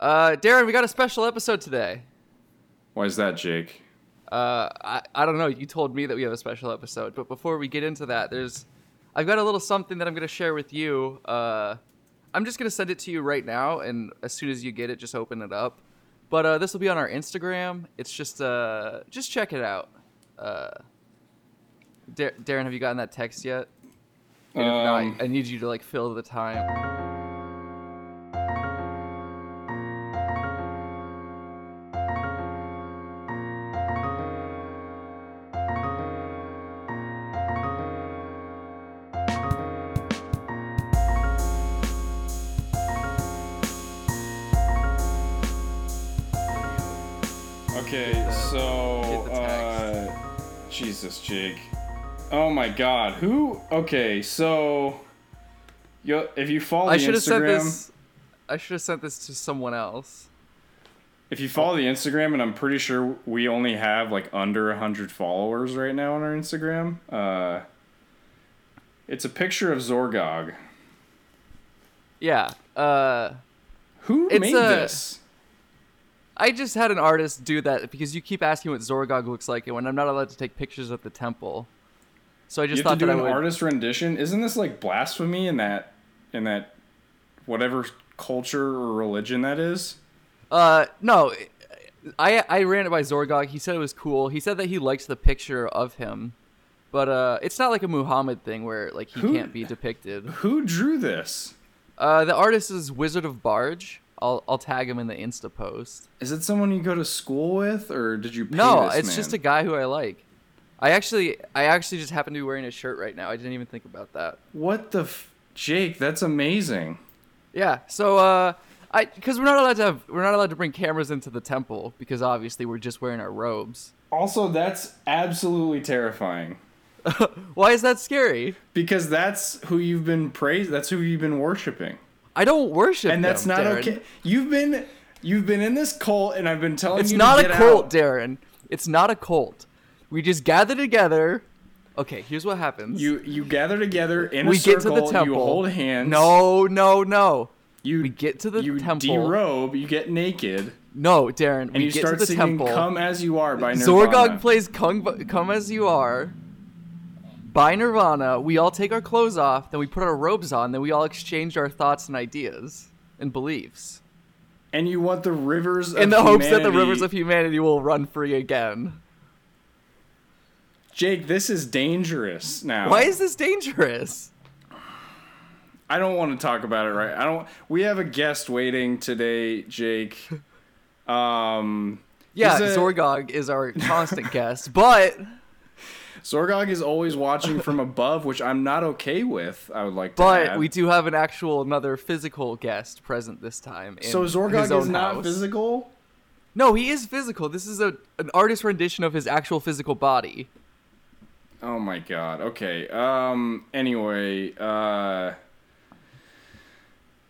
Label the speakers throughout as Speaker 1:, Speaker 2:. Speaker 1: Uh, Darren, we got a special episode today.
Speaker 2: Why is that, Jake?
Speaker 1: Uh, I, I don't know. You told me that we have a special episode, but before we get into that, there's I've got a little something that I'm gonna share with you. Uh, I'm just gonna send it to you right now, and as soon as you get it, just open it up. But uh, this will be on our Instagram. It's just uh, just check it out. Uh, Dar- Darren, have you gotten that text yet? And if not,
Speaker 2: Um,
Speaker 1: I- I need you to like fill the time.
Speaker 2: Okay,
Speaker 1: Get
Speaker 2: so
Speaker 1: the
Speaker 2: uh,
Speaker 1: text.
Speaker 2: Jesus, Jake. Oh my God, who? Okay, so you if you follow
Speaker 1: I
Speaker 2: the
Speaker 1: should have sent
Speaker 2: Instagram,
Speaker 1: this. I should have sent this to someone else.
Speaker 2: if you follow the Instagram, and I'm pretty sure we only have like under hundred followers right now on our Instagram. Uh, it's a picture of Zorgog.
Speaker 1: Yeah. Uh,
Speaker 2: Who
Speaker 1: It's
Speaker 2: made
Speaker 1: a-
Speaker 2: this?
Speaker 1: I just had an artist do that because you keep asking what Zorgog looks like, and when I'm not allowed to take pictures at the temple, so I just
Speaker 2: You have
Speaker 1: thought
Speaker 2: to do
Speaker 1: that
Speaker 2: an
Speaker 1: I would.
Speaker 2: artist rendition. Isn't this like blasphemy in that in that whatever culture or religion that is?
Speaker 1: Uh, no, I I ran it by Zorgog. He said it was cool. He said that he likes the picture of him, but uh, it's not like a Muhammad thing where like he
Speaker 2: Who-
Speaker 1: can't be depicted.
Speaker 2: Who drew this?
Speaker 1: Uh, the artist is Wizard of Barge. I'll I'll tag him in the Insta post.
Speaker 2: Is it someone you go to school with, or did you? Pay
Speaker 1: No,
Speaker 2: this
Speaker 1: it's
Speaker 2: man?
Speaker 1: just a guy who I like. I actually I actually just happen to be wearing his shirt right now. I didn't even think about that.
Speaker 2: What the f- Jake? That's amazing.
Speaker 1: Yeah. So uh I cuz we're not allowed to have we're not allowed to bring cameras into the temple because obviously we're just wearing our robes.
Speaker 2: Also, that's absolutely terrifying
Speaker 1: Why is that scary?
Speaker 2: because that's who you've been praised. That's who you've been worshiping,
Speaker 1: I don't worship
Speaker 2: and that's
Speaker 1: them,
Speaker 2: not
Speaker 1: Darren.
Speaker 2: okay. You've been you've been in this cult, and I've been telling
Speaker 1: It's
Speaker 2: you.
Speaker 1: not
Speaker 2: to
Speaker 1: a
Speaker 2: get
Speaker 1: cult,
Speaker 2: out.
Speaker 1: Darren. It's not a cult. We just gather together. Okay, here's what happens.
Speaker 2: You you gather together in
Speaker 1: we
Speaker 2: a circle.
Speaker 1: get to the temple.
Speaker 2: You hold hands.
Speaker 1: No, no, no.
Speaker 2: you
Speaker 1: we get to the
Speaker 2: you
Speaker 1: temple.
Speaker 2: derobe. You get naked,
Speaker 1: No, Darren,
Speaker 2: and
Speaker 1: we
Speaker 2: you
Speaker 1: get
Speaker 2: start
Speaker 1: to the
Speaker 2: singing
Speaker 1: temple.
Speaker 2: "Come as You Are" by Nirvana.
Speaker 1: Zorgog plays Kung, Come As You Are by Nirvana. We all take our clothes off, then we put our robes on, then we all exchange our thoughts and ideas and beliefs.
Speaker 2: and you want the rivers
Speaker 1: In
Speaker 2: of
Speaker 1: the hopes that the
Speaker 2: humanity-
Speaker 1: rivers of humanity will run free again.
Speaker 2: Jake, this is dangerous now.
Speaker 1: Why is this dangerous?
Speaker 2: I don't want to talk about it right. I don't we have a guest waiting today, Jake. Um
Speaker 1: Yeah,
Speaker 2: he's a-
Speaker 1: Zorgog is our constant guest, but
Speaker 2: Zorgog is always watching from above, which I'm not okay with. I would like to
Speaker 1: but
Speaker 2: add.
Speaker 1: we do have an actual another physical guest present this time. In
Speaker 2: So Zorgog
Speaker 1: his own
Speaker 2: is not
Speaker 1: house.
Speaker 2: physical?
Speaker 1: No, he is physical. This is a an artist rendition of his actual physical body.
Speaker 2: Oh my god. Okay. Um anyway, uh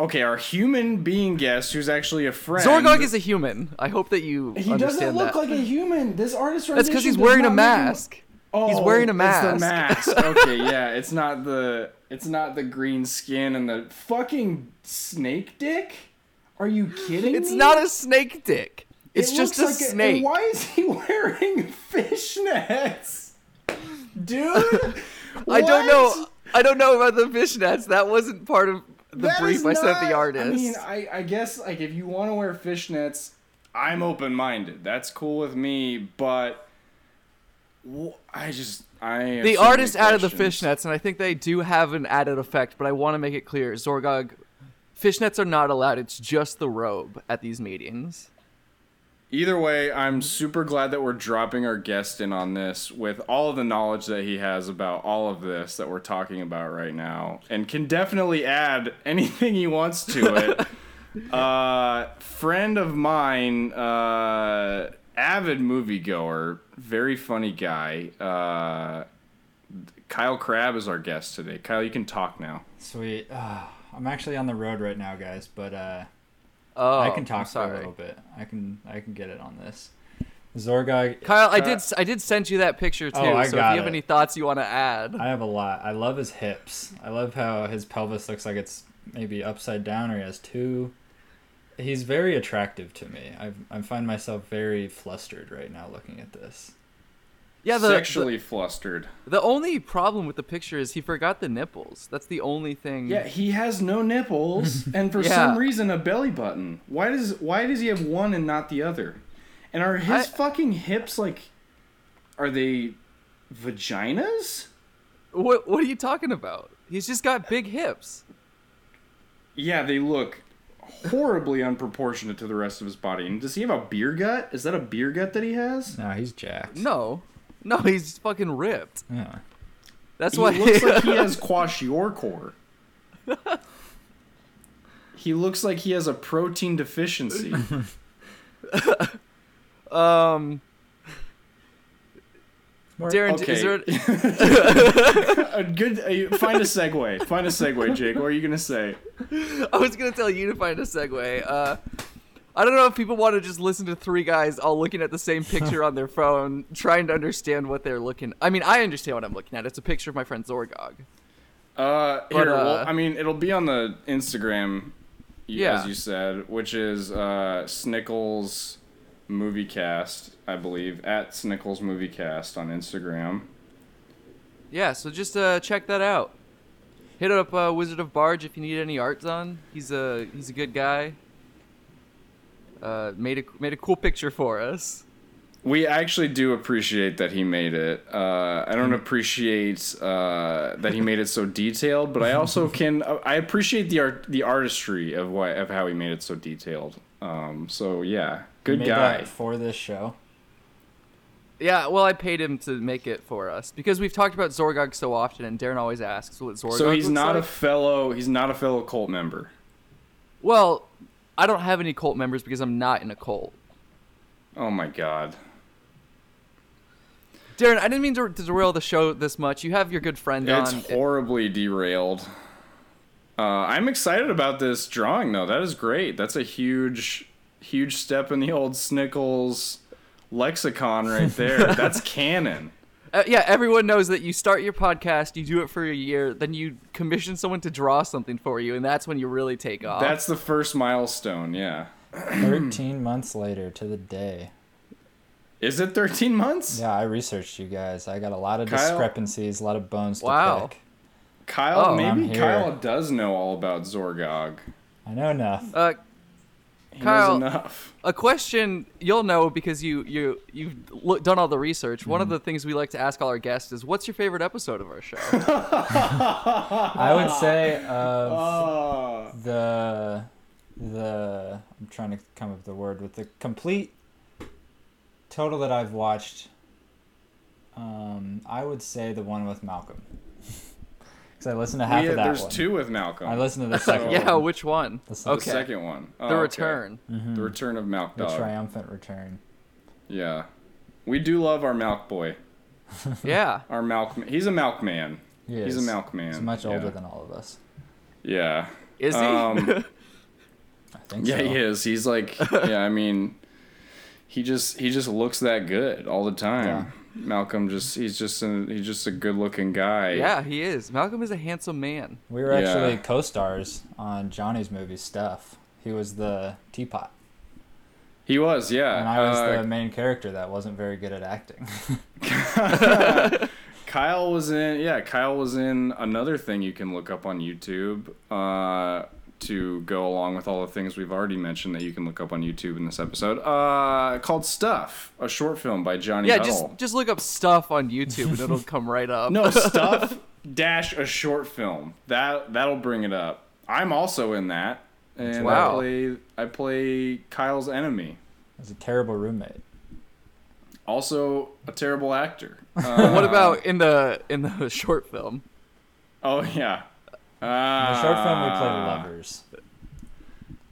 Speaker 2: Okay, our human being guest who's actually a friend.
Speaker 1: Zorgog is a human. I hope that you
Speaker 2: He doesn't
Speaker 1: understand
Speaker 2: look
Speaker 1: that.
Speaker 2: like a human. This artist
Speaker 1: That's because he's wearing a mask.
Speaker 2: Oh,
Speaker 1: He's wearing a
Speaker 2: It's the mask. Okay, yeah. It's not the it's not the green skin and the fucking snake dick. Are you kidding
Speaker 1: It's
Speaker 2: me?
Speaker 1: not a snake dick.
Speaker 2: It
Speaker 1: It's just a
Speaker 2: looks like
Speaker 1: snake.
Speaker 2: and why is he wearing fishnets, dude?
Speaker 1: I don't know.
Speaker 2: What?
Speaker 1: I don't know about the fishnets. That wasn't part of the
Speaker 2: That
Speaker 1: brief
Speaker 2: is
Speaker 1: I sent
Speaker 2: not-
Speaker 1: the artist.
Speaker 2: I mean, I, I guess like if you want to wear fishnets, I'm open minded. That's cool with me. But wh- I just I have
Speaker 1: the
Speaker 2: so many
Speaker 1: artist added the
Speaker 2: questions.
Speaker 1: fishnets, and I think they do have an added effect. But I want to make it clear, Zorgog, fishnets are not allowed. It's just the robe at these meetings.
Speaker 2: Either way, I'm super glad that we're dropping our guest in on this with all of the knowledge that he has about all of this that we're talking about right now and can definitely add anything he wants to it. uh, friend of mine, uh, avid moviegoer, very funny guy. Uh, Kyle Crab is our guest today. Kyle, you can talk now.
Speaker 3: Sweet. Uh, I'm actually on the road right now, guys, but uh,
Speaker 1: Oh,
Speaker 3: I can
Speaker 1: I'm
Speaker 3: talk for
Speaker 1: sorry.
Speaker 3: a little bit. I can I can get it on this. Zorgog.
Speaker 1: Kyle, I did. I did send you that picture too.
Speaker 3: Uh, oh, I
Speaker 1: so if you
Speaker 3: got
Speaker 1: have
Speaker 3: it.
Speaker 1: any thoughts you want to add,
Speaker 3: I have a lot. I love his hips. I love how his pelvis looks like it's maybe upside down or he has two. he's very attractive to me. I I find myself very flustered right now looking at this.
Speaker 1: Yeah, the, the
Speaker 2: sexually flustered.
Speaker 1: the only problem with the picture is he forgot the nipples. That's the only thing.
Speaker 2: Yeah, he has no nipples, and for
Speaker 1: Yeah.
Speaker 2: some reason a belly button. Why does why does he have one and not the other? And are his
Speaker 1: I-
Speaker 2: fucking hips like? Are they vaginas?
Speaker 1: What What are you talking about? He's just got big hips.
Speaker 2: Yeah, they look horribly unproportionate to the rest of his body. And does he have a beer gut? Is that a beer gut that he has?
Speaker 3: No, he's jacked.
Speaker 1: No, no, he's fucking ripped.
Speaker 3: Yeah.
Speaker 1: That's
Speaker 2: He
Speaker 1: why.
Speaker 2: looks like he has kwashiorkor. He looks like he has a protein deficiency.
Speaker 1: um,
Speaker 3: More-
Speaker 1: Darren,
Speaker 2: Okay.
Speaker 1: is there?
Speaker 2: a good uh, find a segue. Find a segue, Jake. What are you gonna say?
Speaker 1: I was gonna tell you to find a segue. Uh, I don't know if people want to just listen to three guys all looking at the same picture on their phone, trying to understand what they're looking. I mean, I understand what I'm looking at. It's a picture of my friend Zorgog.
Speaker 2: Uh,
Speaker 1: But,
Speaker 2: here, well,
Speaker 1: uh,
Speaker 2: I mean, it'll be on the Instagram, y-
Speaker 1: Yeah.
Speaker 2: as you said, which is uh, Snickles Moviecast, I believe, at Snickles Moviecast on Instagram.
Speaker 1: Yeah, so just uh, check that out. Hit up uh, Wizard of Barge if you need any art done. He's a he's a good guy. Uh, made a made a cool picture for us.
Speaker 2: We actually do appreciate that he made it. Uh, I don't appreciate uh, that he made it so detailed, but I also can uh, I appreciate the art the artistry of why of how he made it so detailed. Um, so yeah,
Speaker 3: he
Speaker 2: good
Speaker 3: made
Speaker 2: guy.
Speaker 3: that for this show.
Speaker 1: Yeah, well, I paid him to make it for us because we've talked about Zorgog so often, and Darren always asks what Zorgog.
Speaker 2: So he's
Speaker 1: looks
Speaker 2: not a
Speaker 1: like.
Speaker 2: fellow. He's not a fellow cult member.
Speaker 1: well. I don't have any cult members because I'm not in a cult.
Speaker 2: Oh my god.
Speaker 1: Darren, I didn't mean to, to derail the show this much. You have your good friend
Speaker 2: It's
Speaker 1: on.
Speaker 2: horribly derailed. Uh, I'm excited about this drawing though. That is great. That's a huge, huge step in the old Snickles lexicon right there. That's canon.
Speaker 1: Uh, yeah, everyone knows that you start your podcast, you do it for a year, then you commission someone to draw something for you, and that's when you really take off.
Speaker 2: That's the first milestone. Yeah.
Speaker 3: Thirteen months later to the day.
Speaker 2: Is it 13 months?
Speaker 3: Yeah, I researched you guys. I got a lot of
Speaker 2: Kyle?
Speaker 3: discrepancies, a lot of bones
Speaker 1: Wow.
Speaker 3: to pick.
Speaker 2: Kyle,
Speaker 1: Oh,
Speaker 3: I'm
Speaker 2: maybe
Speaker 3: here.
Speaker 2: Kyle does know all about Zorgog.
Speaker 3: I know enough.
Speaker 1: uh,
Speaker 2: He
Speaker 1: Kyle-
Speaker 2: knows enough.
Speaker 1: a question you'll know because you you you've look, done all the research. One
Speaker 2: Mm-hmm.
Speaker 1: of the things we like to ask all our guests is, "What's your favorite episode of our show?"
Speaker 3: I would say of
Speaker 2: Uh,
Speaker 3: the the I'm trying to come up with the word with the complete total that I've watched. Um, I would say the one with Malcolm because I listened to half
Speaker 2: yeah,
Speaker 3: of that
Speaker 2: there's
Speaker 3: one.
Speaker 2: two with Malcolm.
Speaker 3: I listened to the
Speaker 2: Oh.
Speaker 3: second.
Speaker 1: yeah,
Speaker 3: one,
Speaker 1: which one?
Speaker 3: The s- the Mm-hmm.
Speaker 2: the
Speaker 1: okay,
Speaker 2: second one. Oh,
Speaker 1: the
Speaker 2: okay.
Speaker 1: return.
Speaker 2: The return of Malk
Speaker 3: the
Speaker 2: Dog.
Speaker 3: triumphant return.
Speaker 2: Yeah. We do love our Malk boy.
Speaker 1: Yeah,
Speaker 2: Our Malk he's a Malk man.
Speaker 3: He
Speaker 2: He's a
Speaker 3: is.
Speaker 2: Malk man.
Speaker 3: He's much
Speaker 2: yeah.
Speaker 3: older than all of us.
Speaker 2: Yeah.
Speaker 1: is he?
Speaker 2: Um,
Speaker 3: I think.
Speaker 2: Yeah,
Speaker 3: so.
Speaker 2: he is. He's like yeah, I mean he just he just looks that good all the time. Malcolm just he's just a, he's just a good looking guy.
Speaker 1: yeah, he is. Malcolm is a handsome man.
Speaker 3: We were actually
Speaker 2: Yeah.
Speaker 3: co-stars on Johnny's movie Stuff. He was the teapot,
Speaker 2: He was, yeah.
Speaker 3: and I was
Speaker 2: Uh,
Speaker 3: the main character that wasn't very good at acting.
Speaker 2: Kyle was in yeah, Kyle was in another thing you can look up on YouTube uh to go along with all the things we've already mentioned that you can look up on YouTube in this episode. Uh called Stuff, a short film by Johnny
Speaker 1: Yeah,
Speaker 2: Huddle.
Speaker 1: just just look up stuff on YouTube and it'll come right up.
Speaker 2: No, Stuff dash a short film. That that'll bring it up. I'm also in that. And
Speaker 1: Wow.
Speaker 2: I play I play Kyle's enemy.
Speaker 3: I was a terrible roommate.
Speaker 2: Also a terrible actor.
Speaker 1: But
Speaker 2: Uh,
Speaker 1: what about in the in the short film?
Speaker 2: oh yeah. Ah. Uh,
Speaker 3: In the short film, we played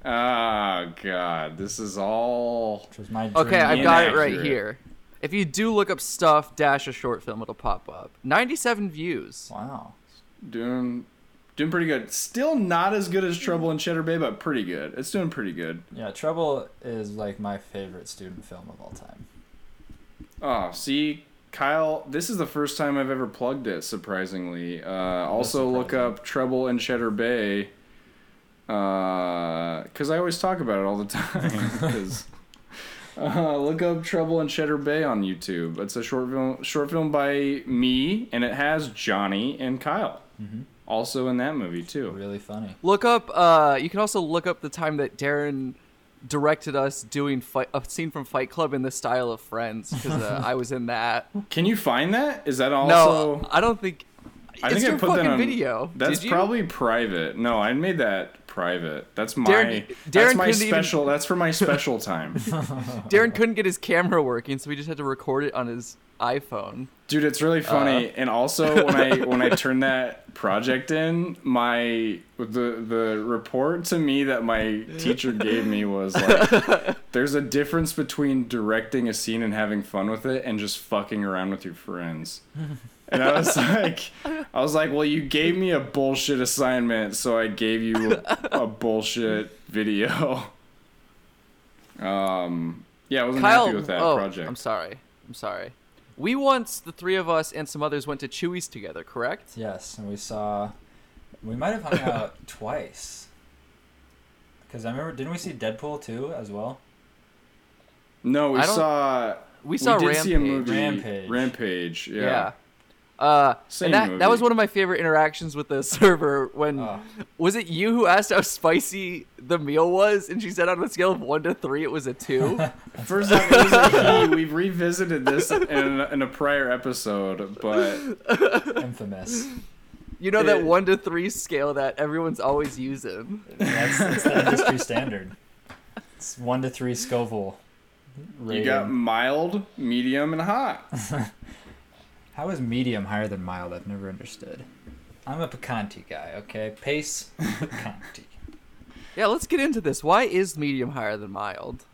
Speaker 1: Uh,
Speaker 3: lovers,
Speaker 2: Oh god, this is all
Speaker 3: which was my dream.
Speaker 1: Okay, I've got it right
Speaker 2: Inaccurate.
Speaker 1: here. If you do look up stuff dash a short film, it'll pop up. Ninety-seven views.
Speaker 3: Wow.
Speaker 2: doing doing pretty good. Still not as good as Trouble in Cheddar Bay, but pretty good. It's doing pretty good.
Speaker 3: Yeah, Trouble is like my favorite student film of all time.
Speaker 2: Oh, see, Kyle, this is the first time I've ever plugged it. Surprisingly, uh, also look
Speaker 3: surprising.
Speaker 2: up Trouble in Cheddar Bay. because I always talk about it all the time. 'Cause, uh, look up Trouble in Cheddar Bay on YouTube. It's a short film, short film by me, and it has Johnny and Kyle, also in that movie too.
Speaker 3: Mm-hmm. Really funny.
Speaker 1: Look up. Uh, you can also look up the time that Darren directed us doing fight, a scene from Fight Club in the style of Friends because uh, I was in that.
Speaker 2: Can you find that? Is that also?
Speaker 1: no, I don't think.
Speaker 2: I
Speaker 1: it's
Speaker 2: think
Speaker 1: your
Speaker 2: I put
Speaker 1: fucking
Speaker 2: that on
Speaker 1: video.
Speaker 2: That's
Speaker 1: Did you?
Speaker 2: probably private. No, I made that private. That's my
Speaker 1: Darren-
Speaker 2: that's
Speaker 1: Darren
Speaker 2: my
Speaker 1: couldn't even-
Speaker 2: special. That's for my special time,
Speaker 1: Darren couldn't get his camera working, so we just had to record it on his iPhone.
Speaker 2: dude. It's really
Speaker 1: Uh.
Speaker 2: funny. and also when I when I turned that project in, my the the report to me that my teacher gave me was like, there's a difference between directing a scene and having fun with it, and just fucking around with your friends. And I was like, I was like, well, you gave me a bullshit assignment, so I gave you a, a bullshit video. Um, yeah, I wasn't happy with that
Speaker 1: oh,
Speaker 2: project.
Speaker 1: I'm sorry. I'm sorry. We once, the three of us and some others, went to Chewy's together, correct?
Speaker 3: Yes, and we saw. We might have hung out twice. Because I remember, didn't we see Deadpool too as well?
Speaker 2: no, we
Speaker 1: I don't-
Speaker 2: saw
Speaker 1: We saw
Speaker 2: did
Speaker 1: Rampage.
Speaker 2: see a movie,
Speaker 3: Rampage.
Speaker 2: Rampage, yeah.
Speaker 1: Yeah. Uh,
Speaker 2: Same
Speaker 1: and that,
Speaker 2: movie. Ah.
Speaker 1: that was one of my favorite interactions with the server when
Speaker 3: Oh.
Speaker 1: was it you who asked how spicy the meal was and she said on a scale of one to three it was a two
Speaker 2: First off, it was a he. we've revisited this in, in a prior episode, but
Speaker 3: Infamous.
Speaker 1: you know that
Speaker 2: It-
Speaker 1: one to three scale that everyone's always using
Speaker 3: That's, that's the industry standard. It's one to three Scoville.
Speaker 2: you
Speaker 3: Rating.
Speaker 2: got mild, medium, and hot.
Speaker 3: How is medium higher than mild? I've never understood. I'm a picante guy, okay? Pace, picante.
Speaker 1: yeah let's get into this why is medium higher than mild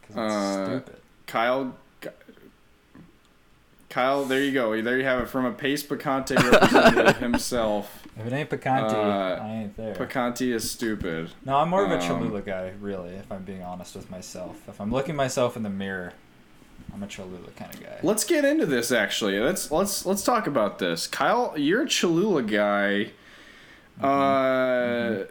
Speaker 3: Because it's
Speaker 2: Uh,
Speaker 3: stupid.
Speaker 2: Kyle. Kyle, there you go. There you have it from a Pace Picante representative himself.
Speaker 3: If it ain't picante,
Speaker 2: uh,
Speaker 3: I ain't there.
Speaker 2: Picante is stupid.
Speaker 3: no, I'm more of a
Speaker 2: um,
Speaker 3: Cholula guy, really, if I'm being honest with myself. If I'm looking myself in the mirror, I'm a Cholula kind of guy.
Speaker 2: Let's get into this actually. Let's let's let's talk about this. Kyle, you're a Cholula guy.
Speaker 1: Mm-hmm.
Speaker 2: Uh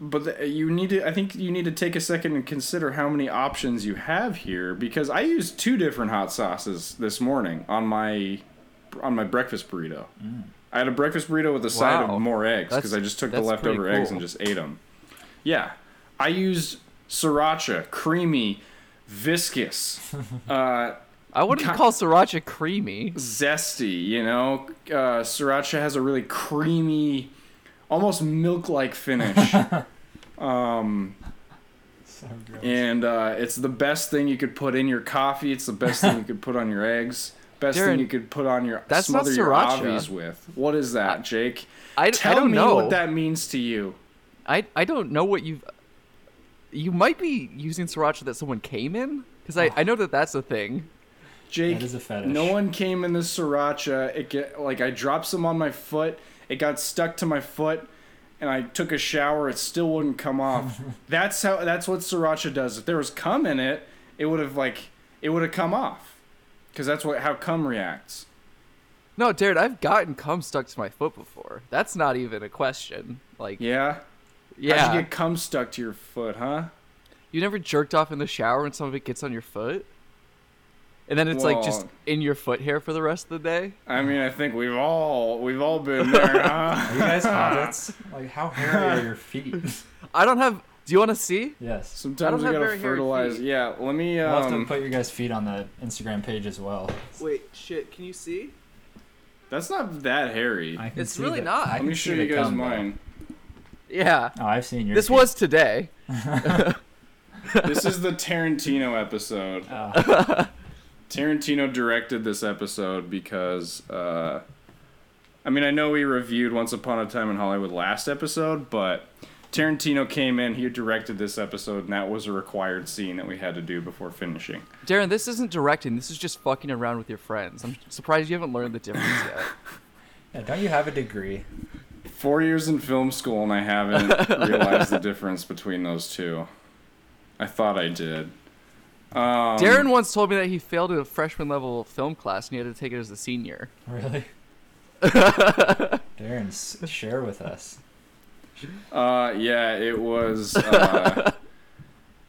Speaker 2: but the, you need to I think you need to take a second and consider how many options you have here because I used two different hot sauces this morning on my on my breakfast burrito. I had a breakfast burrito with a side
Speaker 1: Mm. Wow.
Speaker 2: of more eggs because
Speaker 1: That's-
Speaker 2: I just took the
Speaker 1: that's pretty
Speaker 2: leftover eggs
Speaker 1: cool.
Speaker 2: and just ate them. Yeah. I used sriracha, creamy, viscous. Uh
Speaker 1: i wouldn't
Speaker 2: Ki-
Speaker 1: call sriracha creamy
Speaker 2: zesty. You know, uh, sriracha has a really creamy, almost milk-like finish,
Speaker 3: So
Speaker 2: and uh, it's the best thing you could put in your coffee. It's the best thing you could put on your eggs. Best
Speaker 1: Darren,
Speaker 2: thing you could put on your
Speaker 1: that's not
Speaker 2: smother your
Speaker 1: sriracha.
Speaker 2: avies with. What is that, Jake?
Speaker 1: I- I
Speaker 2: Tell
Speaker 1: don't
Speaker 2: me
Speaker 1: know.
Speaker 2: what that means to you.
Speaker 1: I I don't know what you've. You might be using sriracha that someone came in, because
Speaker 2: Oh.
Speaker 1: I, I know that that's a thing.
Speaker 2: Jake,
Speaker 3: That is a fetish.
Speaker 2: no one came in the sriracha. It get, like I dropped some on my foot. It got stuck to my foot, and I took a shower. It still wouldn't come off. that's how. That's what sriracha does. If there was cum in it, it would have like it would have come off, because that's what how cum reacts.
Speaker 1: No, Jared, I've gotten cum stuck to my foot before. That's not even a question. Like, yeah,
Speaker 2: Yeah. How'd you get cum stuck to your foot, huh?
Speaker 1: you never jerked off in the shower and some of it gets on your foot, and then it's like just
Speaker 2: Well-
Speaker 1: in your foot hair for the rest of the day.
Speaker 2: I mean, I think we've all we've all been there. Huh?
Speaker 3: Are you guys hobbits? like, how hairy are your feet?
Speaker 1: I don't have. Do you want to see?
Speaker 3: yes.
Speaker 2: Sometimes we
Speaker 1: have
Speaker 2: gotta
Speaker 1: very hairy
Speaker 2: fertilize.
Speaker 1: feet.
Speaker 2: Yeah. Let me.
Speaker 3: We'll have to
Speaker 2: Um,
Speaker 3: put your guys' feet on the Instagram page as well.
Speaker 1: Wait, shit, can you see?
Speaker 2: that's not that hairy.
Speaker 3: I can
Speaker 1: It's
Speaker 3: see
Speaker 1: really
Speaker 3: the-
Speaker 1: not.
Speaker 3: I
Speaker 1: Let
Speaker 2: Let
Speaker 3: can
Speaker 2: me
Speaker 3: see
Speaker 2: show
Speaker 3: the
Speaker 2: you guys
Speaker 3: cum, though.
Speaker 2: mine.
Speaker 1: Yeah,
Speaker 3: Oh, I've seen your.
Speaker 1: this
Speaker 3: feet.
Speaker 1: was today.
Speaker 2: this is the Tarantino episode.
Speaker 3: Oh,
Speaker 2: Tarantino directed this episode because, uh, I mean, I know we reviewed Once Upon a Time in Hollywood last episode, but Tarantino came in, he directed this episode, and that was a required scene that we had to do before finishing.
Speaker 1: Darren, this isn't directing. This is just fucking around with your friends. I'm surprised you haven't learned the difference yet.
Speaker 3: yeah, don't you have a degree?
Speaker 2: Four years in film school, and I haven't realized the difference between those two. I thought I did. Um,
Speaker 1: Darren once told me that he failed a freshman level film class and he had to take it as a senior.
Speaker 3: Really? Darren, s- share with us.
Speaker 2: Uh, yeah, it was. Uh,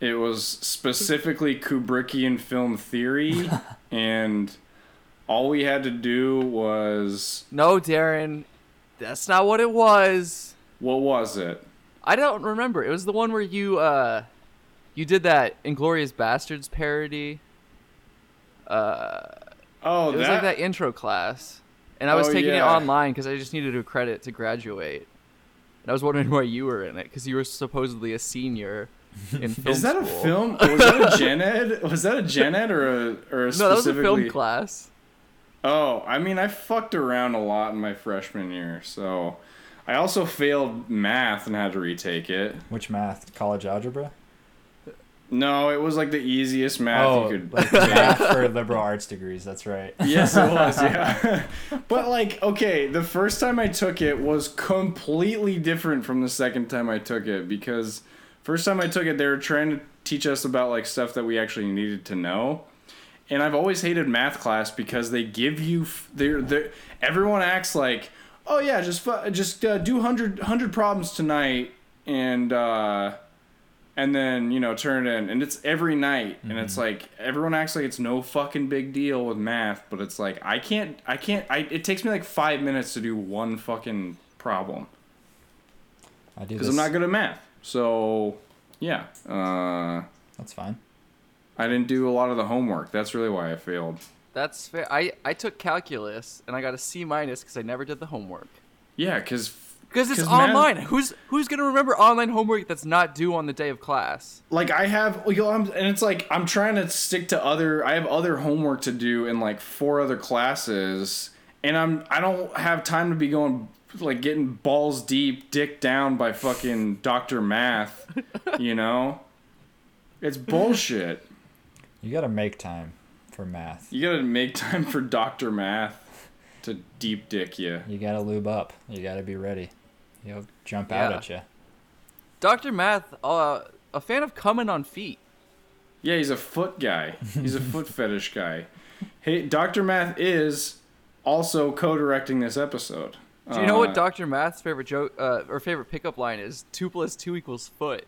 Speaker 2: it was specifically Kubrickian film theory, and all we had to do was
Speaker 1: No, Darren, that's not what it was.
Speaker 2: what was it?
Speaker 1: I don't remember. It was the one where you uh you did that Inglorious Bastards parody. Uh
Speaker 2: Oh,
Speaker 1: it was
Speaker 2: that,
Speaker 1: like that intro class. And I was
Speaker 2: Oh,
Speaker 1: taking it
Speaker 2: yeah.
Speaker 1: online cuz I just needed a credit to graduate. And I was wondering why you were in it cuz you were supposedly a senior in film
Speaker 2: Is that a
Speaker 1: school.
Speaker 2: film? Was that a gen ed? Was that a gen ed or a or
Speaker 1: No, that
Speaker 2: a
Speaker 1: was a
Speaker 2: specifically-
Speaker 1: film class.
Speaker 2: Oh, I mean, I fucked around a lot in my freshman year, so I also failed math and had to retake it.
Speaker 3: Which math? College algebra?
Speaker 2: No, it was like the easiest math you
Speaker 3: oh,
Speaker 2: could.
Speaker 3: like math for liberal arts degrees. That's right.
Speaker 2: yes, it was. Yeah, but like, okay, the first time I took it was completely different from the second time I took it because first time I took it, they were trying to teach us about like stuff that we actually needed to know. and I've always hated math class because they give you f- they're, they're everyone acts like oh yeah just fu- just uh, do 100, 100 problems tonight and uh and then you know turn it in and it's every night and it's like everyone acts like it's no fucking big deal with math but it's like I can't I can't I it takes me like 5 minutes to do one fucking problem
Speaker 3: I do
Speaker 2: cuz
Speaker 3: this.
Speaker 2: I'm not good at math so yeah uh
Speaker 3: That's fine.
Speaker 2: I didn't do a lot of the homework that's really why I failed
Speaker 1: That's fair. I I took calculus and I got a C minus cuz I never did the homework.
Speaker 2: yeah cuz
Speaker 1: Because it's
Speaker 2: 'Cause math-
Speaker 1: online. Who's who's gonna remember online homework that's not due on the day of class?
Speaker 2: like I have, you know, I'm, and it's like I'm trying to stick to other. I have other homework to do in like four other classes, and I'm I don't have time to be going like getting balls deep, dick down by fucking Doctor Math, you know. It's bullshit.
Speaker 3: You gotta make time for math.
Speaker 2: You gotta make time for Doctor Math to deep dick you.
Speaker 3: You gotta lube up. You gotta be ready. He'll jump out
Speaker 1: Yeah.
Speaker 3: at you.
Speaker 1: Dr. Math, uh, a fan of coming on feet.
Speaker 2: Yeah, he's a foot guy. He's a foot fetish guy. Hey, Doctor Math is also co-directing this episode.
Speaker 1: Do you know
Speaker 2: Uh.
Speaker 1: what Dr. Math's favorite joke uh, or favorite pickup line is? Two plus two equals foot.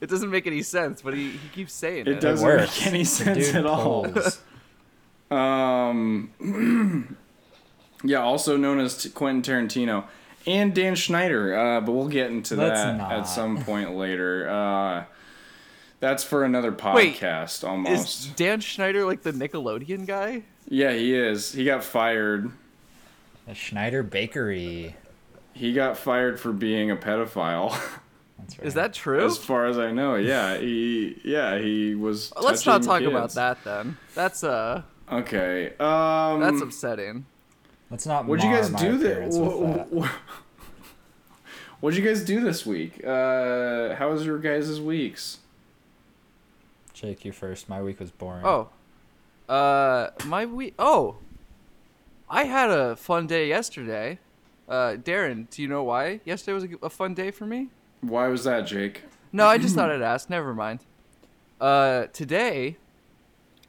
Speaker 1: it doesn't make any sense, but he, he keeps saying it.
Speaker 2: It doesn't
Speaker 3: works.
Speaker 2: make any
Speaker 3: The
Speaker 2: sense
Speaker 3: dude
Speaker 2: at all.
Speaker 3: pulls.
Speaker 2: Um, yeah, also known as T- Quentin Tarantino and Dan Schneider, uh, but we'll get into
Speaker 3: Let's
Speaker 2: that
Speaker 3: not.
Speaker 2: at some point later. Uh, that's for another
Speaker 1: Wait,
Speaker 2: podcast almost.
Speaker 1: Is Dan Schneider like the Nickelodeon guy?
Speaker 2: Yeah, he is. He got fired.
Speaker 3: The Schneider Bakery.
Speaker 2: He got fired for being a pedophile.
Speaker 3: That's right.
Speaker 1: Is that true?
Speaker 2: as far as I know, yeah, he yeah, he was
Speaker 1: Let's not
Speaker 2: touching
Speaker 1: talk
Speaker 2: kids.
Speaker 1: about that then. That's uh
Speaker 2: Okay. Um
Speaker 1: that's upsetting.
Speaker 3: Let's not.
Speaker 2: What'd you
Speaker 3: mar
Speaker 2: guys
Speaker 3: my
Speaker 2: do that?
Speaker 3: appearance with that?
Speaker 2: What'd you guys do this week? Uh, how was your guys' weeks?
Speaker 3: Jake, you first. My week was boring.
Speaker 1: Oh. Uh my we oh. I had a fun day yesterday. Uh Darren, do you know why? Yesterday was a, g- a fun day for me?
Speaker 2: Why was that, Jake?
Speaker 1: No, I just thought I'd ask. Never mind. Uh, today,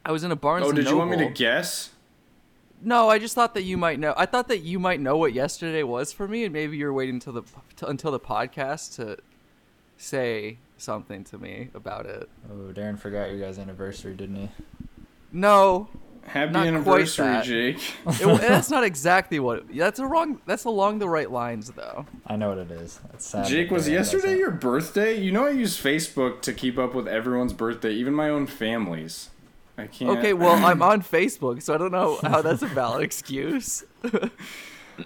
Speaker 1: I was in a Barnes.
Speaker 2: Oh,
Speaker 1: and
Speaker 2: did you want me to
Speaker 1: Noble.
Speaker 2: guess?
Speaker 1: No, I just thought that you might know. I thought that you might know what yesterday was for me, and maybe you're waiting till the t- until the podcast to say something to me about it.
Speaker 3: Oh, Darren forgot your guys' anniversary, didn't he?
Speaker 1: No,
Speaker 2: Happy
Speaker 1: Not quite
Speaker 2: anniversary,
Speaker 1: that.
Speaker 2: Jake.
Speaker 1: it, that's not exactly what. That's a wrong. That's along the right lines, though.
Speaker 3: I know what it is. That's sad.
Speaker 2: Jake,
Speaker 3: that
Speaker 2: was
Speaker 3: Darren
Speaker 2: yesterday
Speaker 3: doesn't.
Speaker 2: your birthday? You know I use Facebook to keep up with everyone's birthday, even my own family's. I can't.
Speaker 1: Okay, well, I'm on Facebook, so I don't know how that's a valid excuse.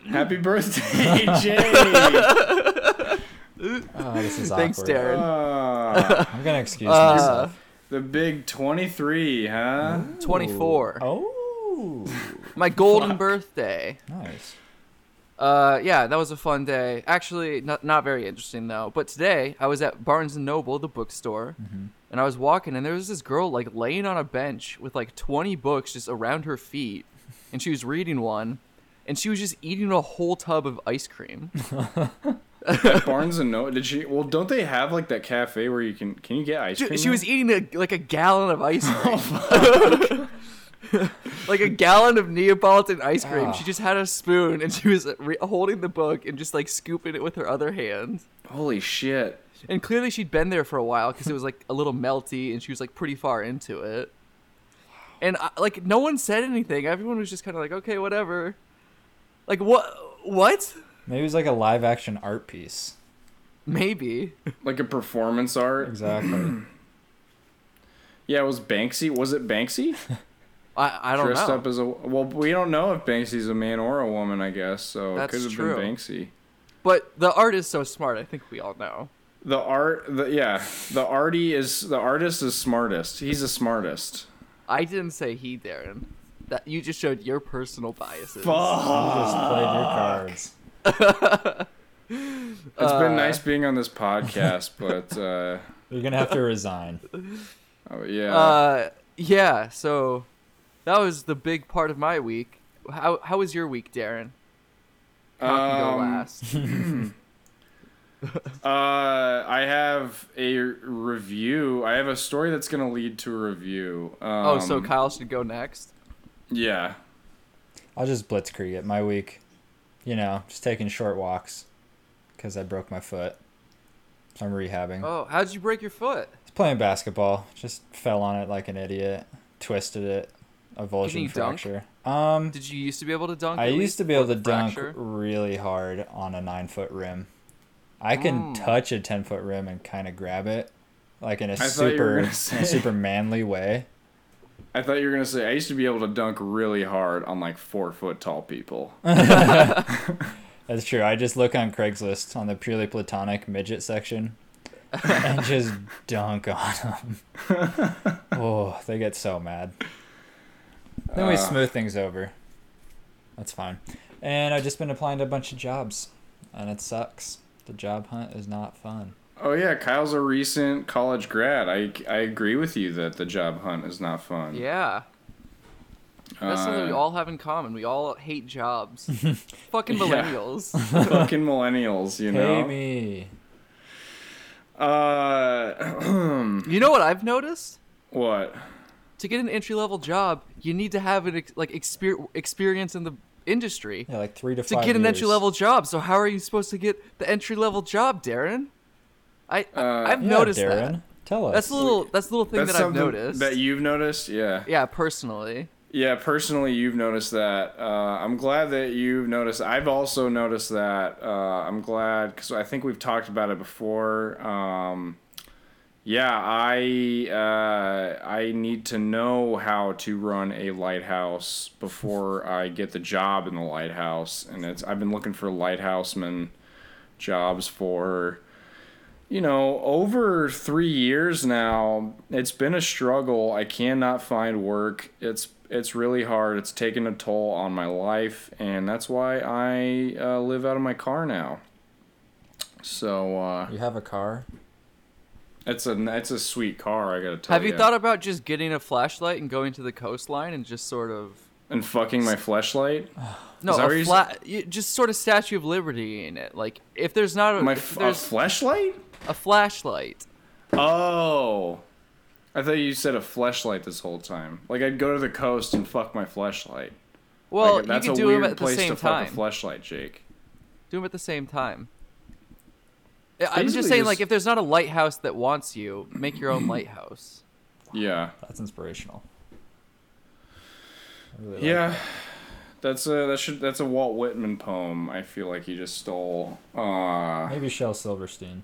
Speaker 2: Happy birthday, Jake.
Speaker 3: Oh, this is
Speaker 1: Thanks,
Speaker 3: awkward.
Speaker 1: Darren.
Speaker 2: Ah,
Speaker 3: I'm gonna excuse
Speaker 1: Uh,
Speaker 3: myself.
Speaker 2: the big 23, huh?
Speaker 1: 24.
Speaker 3: Oh,
Speaker 1: My golden birthday.
Speaker 3: nice.
Speaker 1: Uh, yeah, that was a fun day. Actually, not not very interesting though. But today I was at Barnes and Noble, the bookstore, and I was walking, and there was this girl like laying on a bench with like twenty books just around her feet, and she was reading one, and she was just eating a whole tub of ice cream.
Speaker 2: Barnes and Noble. Did she? Well, don't they have like that cafe
Speaker 1: e
Speaker 2: where you can can you get ice cream?
Speaker 1: Dude, she
Speaker 2: there?
Speaker 1: was eating a, like a gallon of ice cream. like a gallon of Neapolitan ice cream.
Speaker 3: Ah.
Speaker 1: She just had a spoon and she was uh, re- holding the book and just like scooping it with her other hand.
Speaker 2: Holy shit.
Speaker 1: And clearly she'd been there for a while because it was like a little melty and she was like pretty far into it. And I, like no one said anything. Everyone was just kind of like, okay, whatever. Like what? What?
Speaker 3: Maybe it's like a live action art piece.
Speaker 1: Maybe.
Speaker 2: Like a performance art.
Speaker 3: Exactly.
Speaker 2: Yeah, it was Banksy. Was it Banksy?
Speaker 1: I I don't
Speaker 2: Dressed
Speaker 1: know.
Speaker 2: up as a well, we don't know if Banksy's a man or a woman. I guess so.
Speaker 1: That's
Speaker 2: it could have
Speaker 1: true.
Speaker 2: been Banksy.
Speaker 1: but the art is so smart. I think we all know.
Speaker 2: The art, the yeah, the arty is the artist is smartest. He's the smartest.
Speaker 1: I didn't say he, Darren. That you just showed your personal biases.
Speaker 3: you just played your cards.
Speaker 2: It's
Speaker 1: Uh,
Speaker 2: been nice being on this podcast, but uh,
Speaker 3: You're gonna have to resign.
Speaker 2: oh, yeah,
Speaker 1: Uh, yeah. So that was the big part of my week. How how was your week, Darren? How can go
Speaker 2: Um,
Speaker 1: last?
Speaker 2: Uh, I have a review. I have a story that's gonna lead to a review. Um,
Speaker 1: oh, so Kyle should go next.
Speaker 2: yeah,
Speaker 3: I'll just blitzkrieg it. My week, you know, just taking short walks because I broke my foot. So I'm rehabbing.
Speaker 1: Oh, how'd you break your foot?
Speaker 3: Just playing basketball. Just fell on it like an idiot. Twisted it.
Speaker 1: Can you
Speaker 3: Avulsion
Speaker 1: dunk?
Speaker 3: fracture. Um,
Speaker 1: Did you used to be able to dunk?
Speaker 3: I
Speaker 1: at
Speaker 3: used
Speaker 1: least?
Speaker 3: to be able
Speaker 1: Or
Speaker 3: to dunk
Speaker 1: fracture?
Speaker 3: really hard on a nine foot rim. I can
Speaker 2: Hmm.
Speaker 1: Mm.
Speaker 3: touch a ten foot rim and kind of grab it, like in a
Speaker 2: thought you were
Speaker 3: super
Speaker 2: gonna say-
Speaker 3: super manly way.
Speaker 2: I thought you were gonna say I used to be able to dunk really hard on like four foot tall people.
Speaker 3: That's true. I just look on Craigslist on the purely platonic midget section and just dunk on them. oh, they get so mad. Then we
Speaker 2: Uh.
Speaker 3: smooth things over. That's fine. And I've just been applying to a bunch of jobs, and it sucks. The job hunt is not fun.
Speaker 2: Oh yeah, Kyle's a recent college grad. I I agree with you that the job hunt is not fun.
Speaker 1: Yeah, that's something we
Speaker 2: Uh,
Speaker 1: all have in common. We all hate jobs. Fucking
Speaker 2: Yeah.
Speaker 1: millennials.
Speaker 2: fucking millennials, you
Speaker 3: Pay
Speaker 2: know.
Speaker 3: me.
Speaker 2: Uh,
Speaker 1: You know what I've noticed?
Speaker 2: what?
Speaker 1: To get an entry level job, you need to have an ex- like exper- experience in the industry.
Speaker 3: Yeah, like three to,
Speaker 1: to
Speaker 3: five.
Speaker 1: get an
Speaker 3: years.
Speaker 1: entry level job. So how are you supposed to get the entry level job, Darren? I
Speaker 2: Uh,
Speaker 1: I've
Speaker 3: Yeah,
Speaker 1: noticed
Speaker 3: Darren,
Speaker 1: that.
Speaker 3: Tell us.
Speaker 1: That's a little that's a little thing
Speaker 2: That's
Speaker 1: that I've
Speaker 2: something
Speaker 1: noticed.
Speaker 2: that you've noticed. Yeah.
Speaker 1: yeah, personally.
Speaker 2: Yeah, personally, you've noticed that. Uh, I'm glad that you've noticed. I've also noticed that. Uh, I'm glad because I think we've talked about it before. Um, yeah, I uh, I need to know how to run a lighthouse before I get the job in the lighthouse, and it's I've been looking for lighthousemen jobs for you know, over three years now, it's been a struggle. I cannot find work. It's it's really hard. It's taken a toll on my life, and that's why I uh, live out of my car now. So uh,
Speaker 3: You have a car.
Speaker 2: it's a it's a sweet car. I gotta tell
Speaker 1: Have you thought about just getting a flashlight and going to the coastline and just sort of
Speaker 2: and fucking my flashlight?
Speaker 1: no,
Speaker 2: that what
Speaker 1: a
Speaker 2: you're
Speaker 1: flat, you, just sort of Statue of Liberty in it. Like if there's not a,
Speaker 2: My
Speaker 1: if
Speaker 2: f- a
Speaker 1: there's
Speaker 2: flashlight?
Speaker 1: a flashlight,
Speaker 2: Oh, I thought you said a flashlight this whole time. Like I'd go to the coast and fuck my flashlight.
Speaker 1: well,
Speaker 2: like,
Speaker 1: you
Speaker 2: that's
Speaker 1: can
Speaker 2: a
Speaker 1: do them
Speaker 2: weird
Speaker 1: at the
Speaker 2: place
Speaker 1: same
Speaker 2: to
Speaker 1: time.
Speaker 2: fuck a flashlight, Jake.
Speaker 1: do them at the same time. Yeah, I'm just
Speaker 2: basically
Speaker 1: saying,
Speaker 2: just-
Speaker 1: like, if there's not a lighthouse that wants you, make your own lighthouse.
Speaker 2: Yeah.
Speaker 3: That's inspirational. I really like
Speaker 2: Yeah, that's a that should that's a Walt Whitman poem. I feel like he just stole.
Speaker 3: that.
Speaker 2: Uh,
Speaker 3: Maybe Shel Silverstein.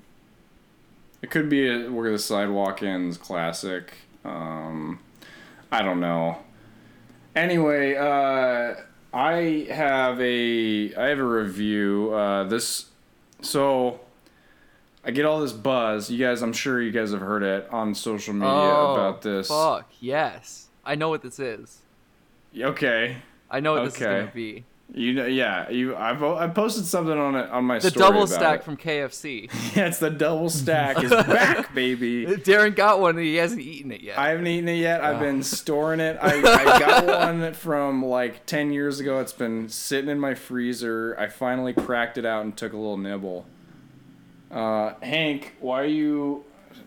Speaker 2: it could be a, where the sidewalk ends classic. Um, I don't know. Anyway, uh, I have a I have a review. Uh, this so. I get all this buzz. You guys, I'm sure you guys have heard it on social media
Speaker 1: oh,
Speaker 2: about this.
Speaker 1: Fuck yes, I know what this is.
Speaker 2: Okay,
Speaker 1: I know what this is
Speaker 2: Okay.
Speaker 1: gonna be.
Speaker 2: you know, yeah, you. I've I posted something on it on my
Speaker 1: The
Speaker 2: story
Speaker 1: double
Speaker 2: about
Speaker 1: stack
Speaker 2: it.
Speaker 1: from KFC.
Speaker 2: Yeah, it's the double stack is back, baby.
Speaker 1: Darren got one and he hasn't eaten it yet.
Speaker 2: I haven't eaten it yet. I've been storing it. I, I got one from like 10 years ago. It's been sitting in my freezer. I finally cracked it out and took a little nibble. Uh, Hank, why are you.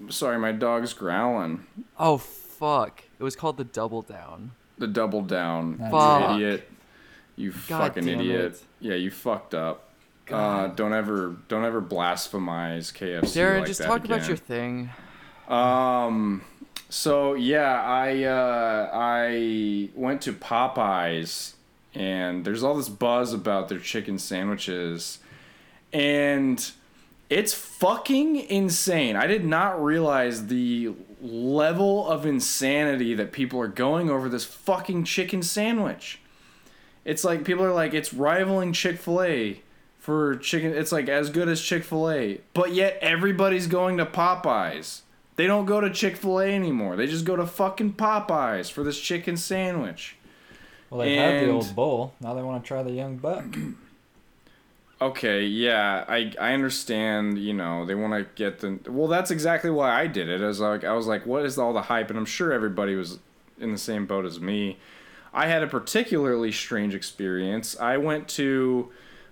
Speaker 2: Sorry, my dog's growling.
Speaker 1: oh fuck! It was called the double down.
Speaker 2: the double down. You
Speaker 3: That's
Speaker 1: Fuck.
Speaker 2: idiot. You
Speaker 1: God
Speaker 2: fucking
Speaker 1: damn
Speaker 2: idiot.
Speaker 1: it.
Speaker 2: Yeah, you fucked up. Uh, don't ever, don't ever blasphemize KFC
Speaker 1: Darren,
Speaker 2: like
Speaker 1: just
Speaker 2: that
Speaker 1: talk about
Speaker 2: again.
Speaker 1: your thing.
Speaker 2: Um. So yeah, I uh, I went to Popeyes, and there's all this buzz about their chicken sandwiches, and it's fucking insane. I did not realize the level of insanity that people are going over this fucking chicken sandwich. It's like people are like it's rivaling Chick Fil A for chicken. It's like as good as Chick Fil A, but yet everybody's going to Popeyes. They don't go to Chick Fil A anymore. They just go to fucking Popeyes for this chicken sandwich.
Speaker 3: Well, they have had the
Speaker 2: And-
Speaker 3: old bull. Now they want to try the young buck.
Speaker 2: Okay, yeah, I I understand. You know, they want to get the. Well, that's exactly why I did it. I was like, I was like, what is all the hype? And I'm sure everybody was in the same boat as me. I had a particularly strange experience. I went to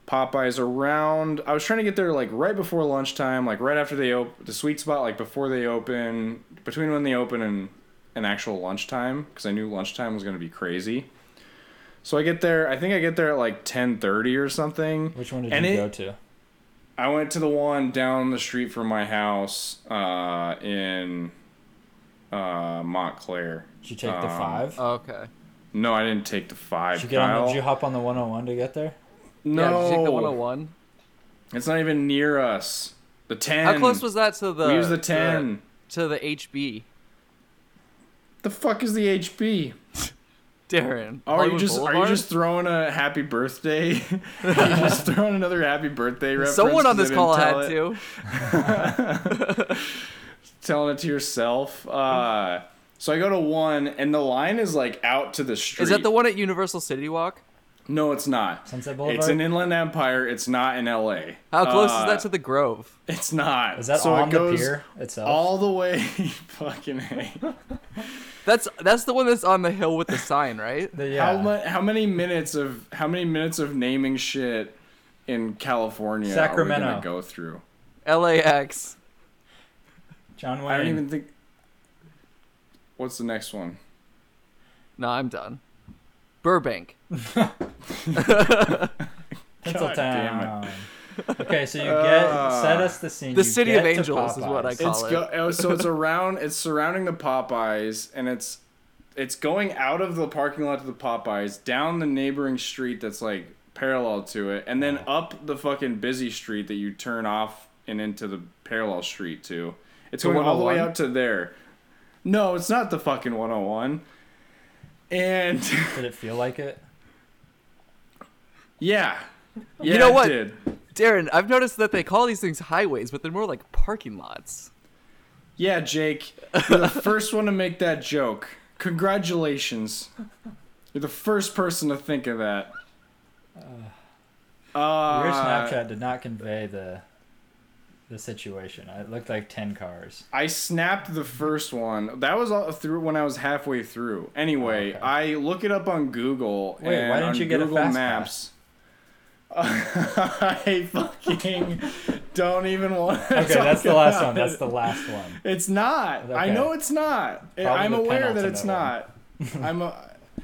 Speaker 2: Popeyes around. I was trying to get there like right before lunchtime, like right after they open the sweet spot, like before they open, between when they open and an actual lunchtime, because I knew lunchtime was going to be crazy. So I get there. I think I get there at like 10:30 or something.
Speaker 3: Which one did
Speaker 2: And
Speaker 3: you
Speaker 2: it-
Speaker 3: go to?
Speaker 2: I went to the one down the street from my house uh, in uh, Montclair.
Speaker 3: Did you take the
Speaker 2: Um,
Speaker 3: five?
Speaker 1: Okay.
Speaker 2: No, I didn't take the five.
Speaker 3: did you get on?
Speaker 2: Kyle.
Speaker 3: Did you hop on the 101 to get there?
Speaker 2: no,
Speaker 1: Yeah, did you take the 101?
Speaker 2: it's not even near us. The ten.
Speaker 1: How close was that to the?
Speaker 2: we use the
Speaker 1: to
Speaker 2: ten?
Speaker 1: To the, HB,
Speaker 2: The fuck is the HB?
Speaker 1: Darren.
Speaker 2: Oh, are you
Speaker 1: Hollywood
Speaker 2: just are
Speaker 1: Boulevard?
Speaker 2: you just throwing a happy birthday? are you just throwing another happy birthday reference?
Speaker 1: Someone on
Speaker 2: 'cause
Speaker 1: this
Speaker 2: I
Speaker 1: call
Speaker 2: didn't tell
Speaker 1: had
Speaker 2: it?
Speaker 1: to.
Speaker 2: telling it to yourself. Uh, so I go to one, and the line is like out to the street.
Speaker 1: Is that the one at Universal City Walk?
Speaker 2: No, it's not.
Speaker 3: Sunset Boulevard?
Speaker 2: It's in Inland Empire. It's not in L.A.
Speaker 1: How close
Speaker 2: Uh,
Speaker 1: is that to the Grove?
Speaker 2: It's not.
Speaker 3: Is that
Speaker 2: so
Speaker 3: on
Speaker 2: it
Speaker 3: the
Speaker 2: goes
Speaker 3: pier itself?
Speaker 2: All the way, fucking. A.
Speaker 1: That's that's the one that's on the hill with the sign, right?
Speaker 3: The- yeah.
Speaker 2: How mu- How many minutes of how many minutes of naming shit in California are we
Speaker 3: Sacramento.
Speaker 2: gonna go through?
Speaker 1: LAX.
Speaker 3: John Wayne.
Speaker 2: I don't even think. What's the next one?
Speaker 1: No, I'm done. Burbank.
Speaker 3: Tinseltown. Okay, so you get
Speaker 2: Uh,
Speaker 3: set us the scene.
Speaker 1: The
Speaker 3: you
Speaker 1: city
Speaker 3: get
Speaker 1: of
Speaker 3: to
Speaker 1: angels is what I
Speaker 3: Popeyes.
Speaker 1: call
Speaker 2: it's
Speaker 1: it.
Speaker 2: Go, oh, so it's around. It's surrounding the Popeyes, and it's it's going out of the parking lot to the Popeyes, down the neighboring street that's like parallel to it, and then up the fucking busy street that you turn off and into the parallel street to. It's
Speaker 1: The
Speaker 2: going all the way
Speaker 1: 101?
Speaker 2: out to there. No, it's not the fucking 101. And
Speaker 3: Did it feel like it?
Speaker 2: yeah, yeah
Speaker 1: know
Speaker 2: it
Speaker 1: what?
Speaker 2: did.
Speaker 1: Darren, I've noticed that they call these things highways, but they're more like parking lots.
Speaker 2: Yeah, Jake, you're the first one to make that joke. Congratulations. You're the first person to think of that. Uh,
Speaker 3: Your Snapchat did not convey the the situation. It looked like ten cars.
Speaker 2: I snapped the first one. That was all through when I was halfway through. Anyway,
Speaker 3: Oh, Okay.
Speaker 2: I look it up on Google.
Speaker 3: Wait,
Speaker 2: and
Speaker 3: why didn't
Speaker 2: on
Speaker 3: you get a
Speaker 2: Google
Speaker 3: fast
Speaker 2: Maps? I fucking don't even want to.
Speaker 3: Okay, that's the last one. That's the last one.
Speaker 2: It's not. I
Speaker 3: Okay.
Speaker 2: know it's not. I-
Speaker 3: Probably
Speaker 2: I'm
Speaker 3: the
Speaker 2: aware that
Speaker 3: penultimate
Speaker 2: it's not. I'm a.
Speaker 3: Go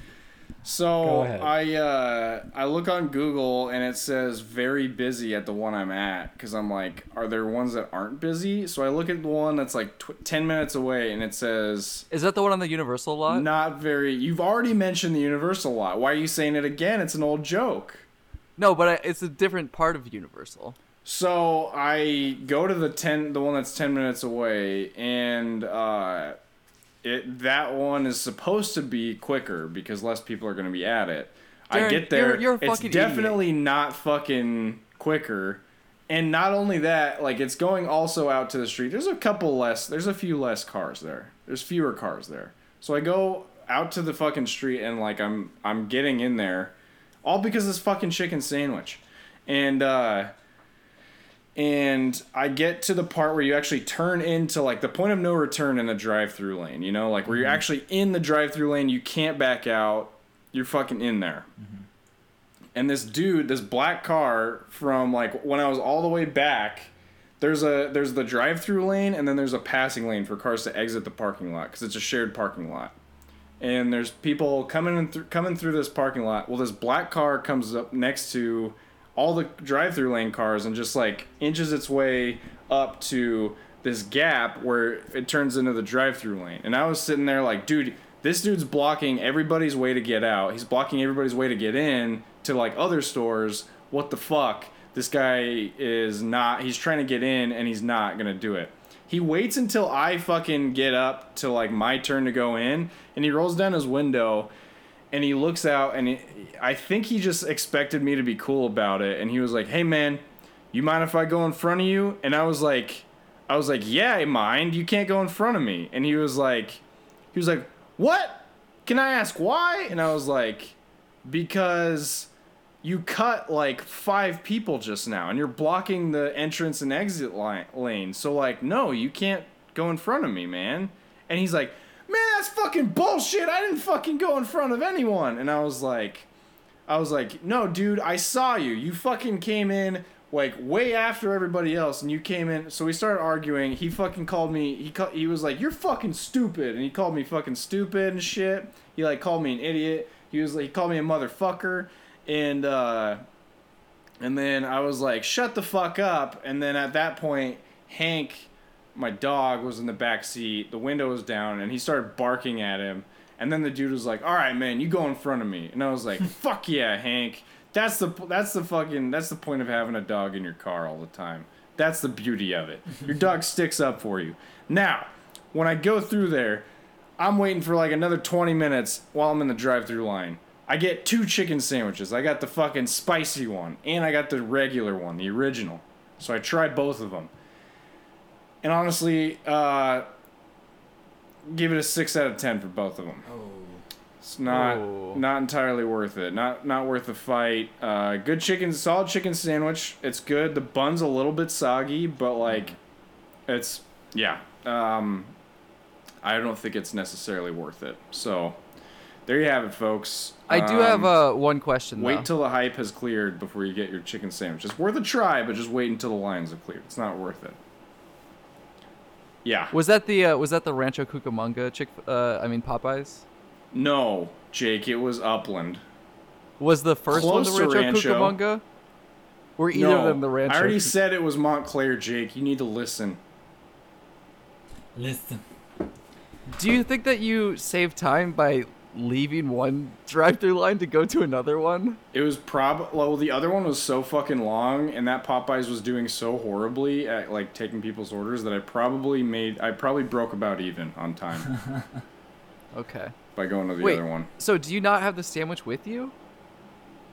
Speaker 2: So
Speaker 3: ahead.
Speaker 2: I uh, I look on Google and it says very busy at the one I'm at because I'm like, are there ones that aren't busy? So I look at the one that's like tw- ten minutes away and it says
Speaker 1: Is that the one on the Universal lot?
Speaker 2: not very. You've already mentioned the Universal lot. Why are you saying it again? It's an old joke.
Speaker 1: No, but I, it's a different part of Universal.
Speaker 2: So I go to the ten, the one that's ten minutes away, and uh, it that one is supposed to be quicker because less people are going to be at it. I
Speaker 1: Darren,
Speaker 2: get there,
Speaker 1: you're- you're a
Speaker 2: it's
Speaker 1: fucking
Speaker 2: definitely not fucking quicker. And not only that, like it's going also out to the street. There's a couple less. There's a few less cars there. There's fewer cars there. So I go out to the fucking street and like I'm I'm getting in there, all because of this fucking chicken sandwich, and. uh and I get to the part where you actually turn into like the point of no return in the drive-through lane, you know, like where you're actually in the drive-through lane, you can't back out, you're fucking in there. And this dude, this black car from like when I was all the way back, there's a there's the drive-through lane and then there's a passing lane for cars to exit the parking lot cuz it's a shared parking lot. and there's people coming in through coming through this parking lot. Well, this black car comes up next to all the drive-through lane cars and just like inches its way up to this gap where it turns into the drive-through lane. And I was sitting there like, dude, this dude's blocking everybody's way to get out. He's blocking everybody's way to get in to like other stores. What the fuck? This guy is not. He's trying to get in and he's not gonna do it. He waits until I fucking get up to like my turn to go in, and he rolls down his window, and he looks out, and he, I think he just expected me to be cool about it, and he was like, "Hey man, you mind if I go in front of you?" And I was like, I was like, "Yeah, I mind. You can't go in front of me." And he was like, he was like, "What? Can I ask why?" And I was like, "Because." you cut like five people just now and you're blocking the entrance and exit line, lane. So, like, no, you can't go in front of me, man. And he's like, man, that's fucking bullshit. I didn't fucking go in front of anyone. And I was like, I was like, no, dude, I saw you. You fucking came in like way after everybody else and you came in. So we started arguing. He fucking called me. He, ca- he was like, you're fucking stupid. And he called me fucking stupid and shit. He like called me an idiot. He was like, he called me a motherfucker and uh, and then I was like, "Shut the fuck up!" And then at that point, Hank, my dog, was in the back seat. The window was down, and he started barking at him. And then the dude was like, "All right, man, you go in front of me." And I was like, "Fuck yeah, Hank! That's the that's the fucking that's the point of having a dog in your car all the time. That's the beauty of it. Your dog sticks up for you." Now, when I go through there, I'm waiting for like another 20 minutes while I'm in the drive-through line. I get two chicken sandwiches. I got the fucking spicy one, and I got the regular one, the original. So I tried both of them. And honestly, uh, give it a six out of ten for both of them.
Speaker 3: Oh.
Speaker 2: It's not
Speaker 1: Oh.
Speaker 2: not entirely worth it. Not not worth the fight. Uh, good chicken, solid chicken sandwich. It's good. The bun's a little bit soggy, but like, it's yeah. Um, I don't think it's necessarily worth it. So, there you have it, folks.
Speaker 1: I do
Speaker 2: Um,
Speaker 1: have uh, one question.
Speaker 2: Wait
Speaker 1: though.
Speaker 2: till the hype has cleared before you get your chicken sandwich. It's worth a try, but just wait until the lines are cleared. It's not worth it. Yeah.
Speaker 1: was that the uh, was that the Rancho Cucamonga chick? Uh, I mean Popeyes.
Speaker 2: No, Jake, it was Upland.
Speaker 1: Was the first
Speaker 2: Close to
Speaker 1: one the Rancho,
Speaker 2: Rancho.
Speaker 1: Cucamonga? Were either
Speaker 2: no,
Speaker 1: of them the Rancho?
Speaker 2: I already said it was Montclair, Jake. You need to listen.
Speaker 3: Listen.
Speaker 1: Do you think that you save time by leaving one drive-through line to go to another one?
Speaker 2: It was prob well the other one was so fucking long and that Popeyes was doing so horribly at like taking people's orders that I probably made I probably broke about even on time
Speaker 1: Okay.
Speaker 2: by going to the
Speaker 1: Wait.
Speaker 2: other one.
Speaker 1: So do you not have the sandwich with you?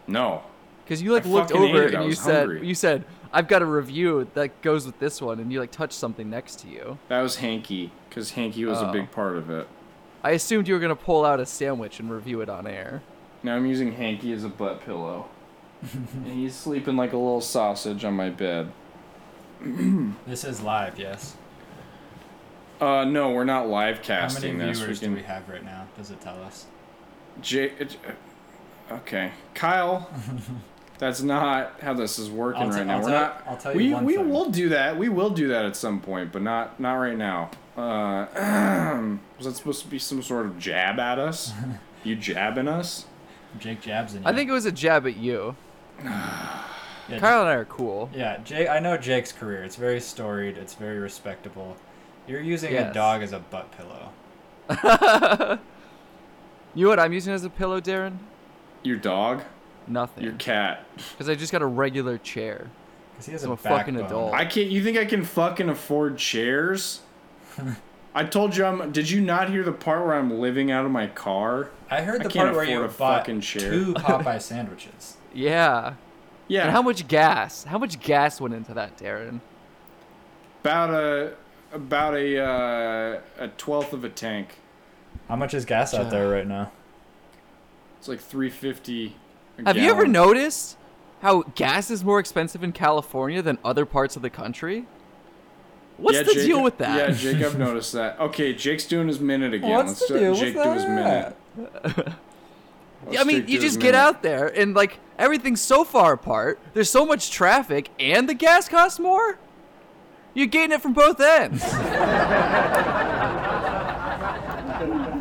Speaker 2: No.
Speaker 1: Because you like
Speaker 2: I
Speaker 1: looked
Speaker 2: fucking ate
Speaker 1: over
Speaker 2: it, I
Speaker 1: and you
Speaker 2: was
Speaker 1: said
Speaker 2: hungry.
Speaker 1: you said I've got a review that goes with this one, and you like touched something next to you.
Speaker 2: That was Hanky, because Hanky was a
Speaker 1: Oh.
Speaker 2: big part of it.
Speaker 1: I assumed you were gonna pull out a sandwich and review it on air.
Speaker 2: Now I'm using Hanky as a butt pillow. and he's sleeping like a little sausage on my bed.
Speaker 3: This is live, yes.
Speaker 2: Uh, no, we're not live
Speaker 3: How
Speaker 2: casting
Speaker 3: many
Speaker 2: this.
Speaker 3: viewers do
Speaker 2: can-
Speaker 3: we have right now? Does it tell us?
Speaker 2: J- it- okay, Kyle. That's not how this is working
Speaker 3: I'll t-
Speaker 2: right now.
Speaker 3: I'll
Speaker 2: we're
Speaker 3: tell-
Speaker 2: not.
Speaker 3: I'll tell you
Speaker 2: we
Speaker 3: one
Speaker 2: we
Speaker 3: thing.
Speaker 2: will do that. We will do that at some point, but not not right now. Uh, was that supposed to be some sort of jab at us? you jabbing us?
Speaker 3: Jake jabs in you.
Speaker 1: I think it was a jab at you.
Speaker 3: yeah,
Speaker 1: Kyle and I are cool.
Speaker 3: Yeah, Jake. I know Jake's career. It's very storied. It's very respectable. You're using
Speaker 1: Yes.
Speaker 3: a dog as a butt pillow.
Speaker 1: You know what I'm using as a pillow, Darren?
Speaker 2: Your dog? Your
Speaker 1: Nothing.
Speaker 2: cat?
Speaker 1: Because I just got a regular chair.
Speaker 3: Because he has
Speaker 1: I'm
Speaker 3: a,
Speaker 1: a fucking
Speaker 3: backbone.
Speaker 1: adult.
Speaker 2: I can't. You think I can fucking afford chairs? I told you I'm. Did you not hear the part where I'm living out of my car?
Speaker 3: I heard the
Speaker 2: can't
Speaker 3: part where
Speaker 2: afford
Speaker 3: you
Speaker 2: a
Speaker 3: bought
Speaker 2: fucking chair.
Speaker 3: two Popeye sandwiches.
Speaker 1: Yeah.
Speaker 2: Yeah.
Speaker 1: And how much gas? How much gas went into that, Darren?
Speaker 2: About a about a uh, a twelfth of a tank.
Speaker 3: How much is gas out there right now?
Speaker 2: It's like three fifty.
Speaker 1: Have you ever noticed how gas is more expensive in California than other parts of the country? What's the deal with
Speaker 2: Yeah,
Speaker 1: that?
Speaker 2: Jake, I've noticed that. Okay, Jake's doing his minute again.
Speaker 3: What's
Speaker 2: Let's
Speaker 3: the
Speaker 2: do-
Speaker 3: deal
Speaker 2: Jake
Speaker 3: with
Speaker 2: do his minute.
Speaker 3: that?
Speaker 1: I
Speaker 2: Let's
Speaker 1: mean,
Speaker 2: Jake
Speaker 1: you
Speaker 2: do his
Speaker 1: just get
Speaker 2: minute.
Speaker 1: out there and like everything's so far apart. There's so much traffic, and the gas costs more. You're getting it from both ends.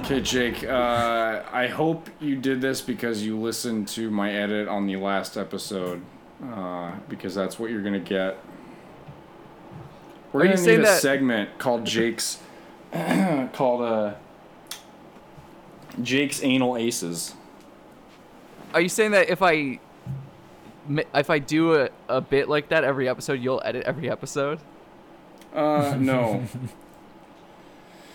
Speaker 2: Okay, Jake. Uh, I hope you did this because you listened to my edit on the last episode, uh, because that's what you're gonna get. We're
Speaker 1: Are you
Speaker 2: gonna need
Speaker 1: saying
Speaker 2: a
Speaker 1: that-
Speaker 2: segment called Jake's, called uh, Jake's anal aces.
Speaker 1: Are you saying that if I mi- if I do a, a bit like that every episode, you'll edit every episode?
Speaker 2: Uh, no,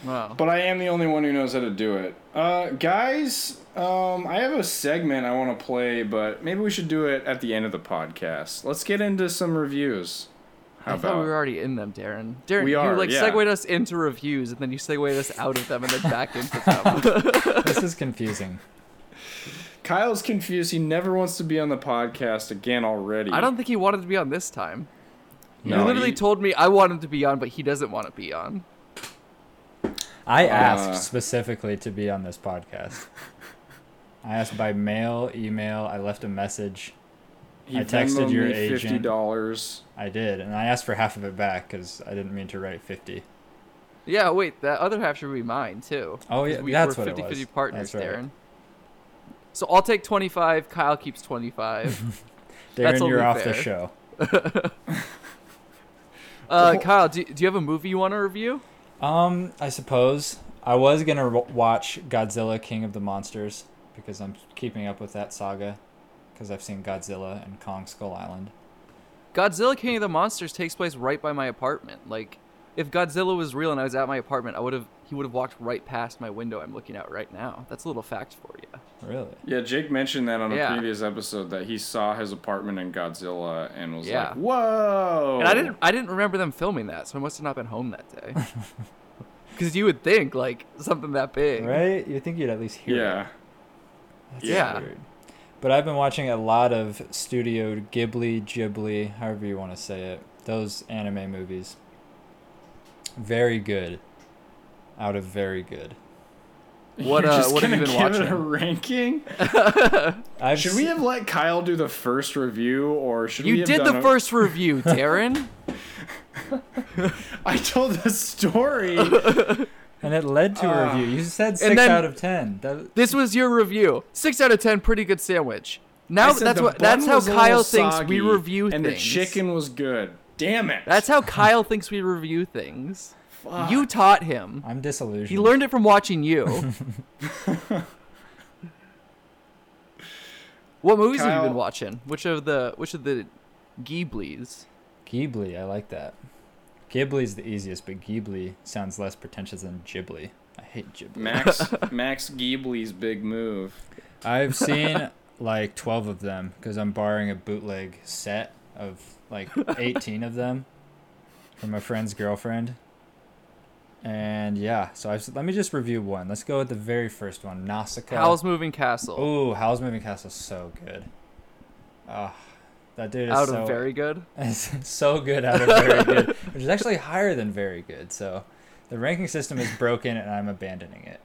Speaker 1: Wow.
Speaker 2: but I am the only one who knows how to do it. Uh, guys, um, I have a segment I want to play, but maybe we should do it at the end of the podcast. Let's get into some reviews. How
Speaker 1: I
Speaker 2: about?
Speaker 1: thought we were already in them, Darren. Darren,
Speaker 2: We are,
Speaker 1: you like
Speaker 2: yeah.
Speaker 1: segued us into reviews, and then you segued us out of them, and then back into them.
Speaker 3: This is confusing.
Speaker 2: Kyle's confused. He never wants to be on the podcast again already.
Speaker 1: I don't think he wanted to be on this time.
Speaker 2: No,
Speaker 1: he literally
Speaker 2: he-
Speaker 1: told me I want him to be on, but he doesn't want to be on.
Speaker 3: I
Speaker 2: Uh.
Speaker 3: asked specifically to be on this podcast. I asked by mail, email. I left a message.
Speaker 2: he
Speaker 3: I texted
Speaker 2: Venmo'd
Speaker 3: your
Speaker 2: me
Speaker 3: agent.
Speaker 2: Fifty dollars.
Speaker 3: I did, and I asked for half of it back because I didn't mean to write fifty.
Speaker 1: Yeah, wait, that other half should be mine too.
Speaker 3: Oh, yeah,
Speaker 1: 'Cause we,
Speaker 3: that's
Speaker 1: we're
Speaker 3: what it
Speaker 1: 50
Speaker 3: was.
Speaker 1: partners,
Speaker 3: That's right.
Speaker 1: Darren. So I'll take twenty five. Kyle keeps twenty five. That's
Speaker 3: Darren, you're
Speaker 1: only
Speaker 3: off
Speaker 1: fair.
Speaker 3: the show.
Speaker 1: Uh, Kyle, do, do you have a movie you want to review?
Speaker 3: Um, I suppose I was gonna ro- watch Godzilla: King of the Monsters because I'm keeping up with that saga because I've seen Godzilla and Kong Skull Island.
Speaker 1: Godzilla King of the Monsters takes place right by my apartment. Like, if Godzilla was real and I was at my apartment, I would have he would have walked right past my window I'm looking out right now. That's a little fact for you.
Speaker 3: Really?
Speaker 2: Yeah, Jake mentioned that on a
Speaker 1: Yeah.
Speaker 2: previous episode that he saw his apartment in Godzilla and was
Speaker 1: Yeah.
Speaker 2: like, "Whoa!"
Speaker 1: And I didn't I didn't remember them filming that, so I must have not been home that day. Because you would think like something that big.
Speaker 3: Right? You think you'd at least hear it?
Speaker 2: Yeah.
Speaker 3: That's
Speaker 1: Yeah.
Speaker 3: weird. But I've been watching a lot of Studio Ghibli, Ghibli, however you want to say it. Those anime movies. Very good. Out of very good.
Speaker 1: What,
Speaker 2: You're
Speaker 1: uh,
Speaker 2: just
Speaker 1: what have
Speaker 2: gonna
Speaker 1: you been
Speaker 2: give It a
Speaker 1: watching?
Speaker 2: ranking?
Speaker 3: I've
Speaker 2: Should we
Speaker 3: se-
Speaker 2: have let Kyle do the first review, or should we
Speaker 1: You
Speaker 2: have
Speaker 1: did
Speaker 2: done
Speaker 1: the
Speaker 2: a-
Speaker 1: first review, Darren.
Speaker 2: I told the story.
Speaker 3: And it led to a review. You said six
Speaker 1: then-
Speaker 3: out of ten. That,
Speaker 1: this was your review. Six out of ten, pretty good sandwich. Now
Speaker 2: I said
Speaker 1: that's
Speaker 2: the
Speaker 1: what that's
Speaker 2: bun
Speaker 1: how
Speaker 2: was a little
Speaker 1: Kyle thinks we
Speaker 2: soggy,
Speaker 1: review things.
Speaker 2: and the chicken was good. Damn it!
Speaker 1: That's how Kyle thinks we review things.
Speaker 2: Ah.
Speaker 1: You taught him.
Speaker 3: I'm disillusioned.
Speaker 1: He learned it from watching you. what movies have you
Speaker 2: Kyle-
Speaker 1: been watching? Which of the which of the Ghiblies?
Speaker 3: Ghibli. I like that. Ghibli's the easiest, but Ghibli sounds less pretentious than Ghibli. I hate Ghibli.
Speaker 2: Max Max Ghibli's big move.
Speaker 3: I've seen like 12 of them because I'm borrowing a bootleg set of like 18 of them from a friend's girlfriend. And yeah, so I've, let me just review one. Let's go with the very first one, Nausicaa.
Speaker 1: Howl's Moving
Speaker 2: Oh,
Speaker 1: Castle.
Speaker 3: Ooh, Howl's Moving Castle is so good. Ah, that dude is
Speaker 1: out
Speaker 3: so
Speaker 1: of very good.
Speaker 3: it's so good out of very good, which is actually higher than very good. So the ranking system is broken and I'm abandoning it.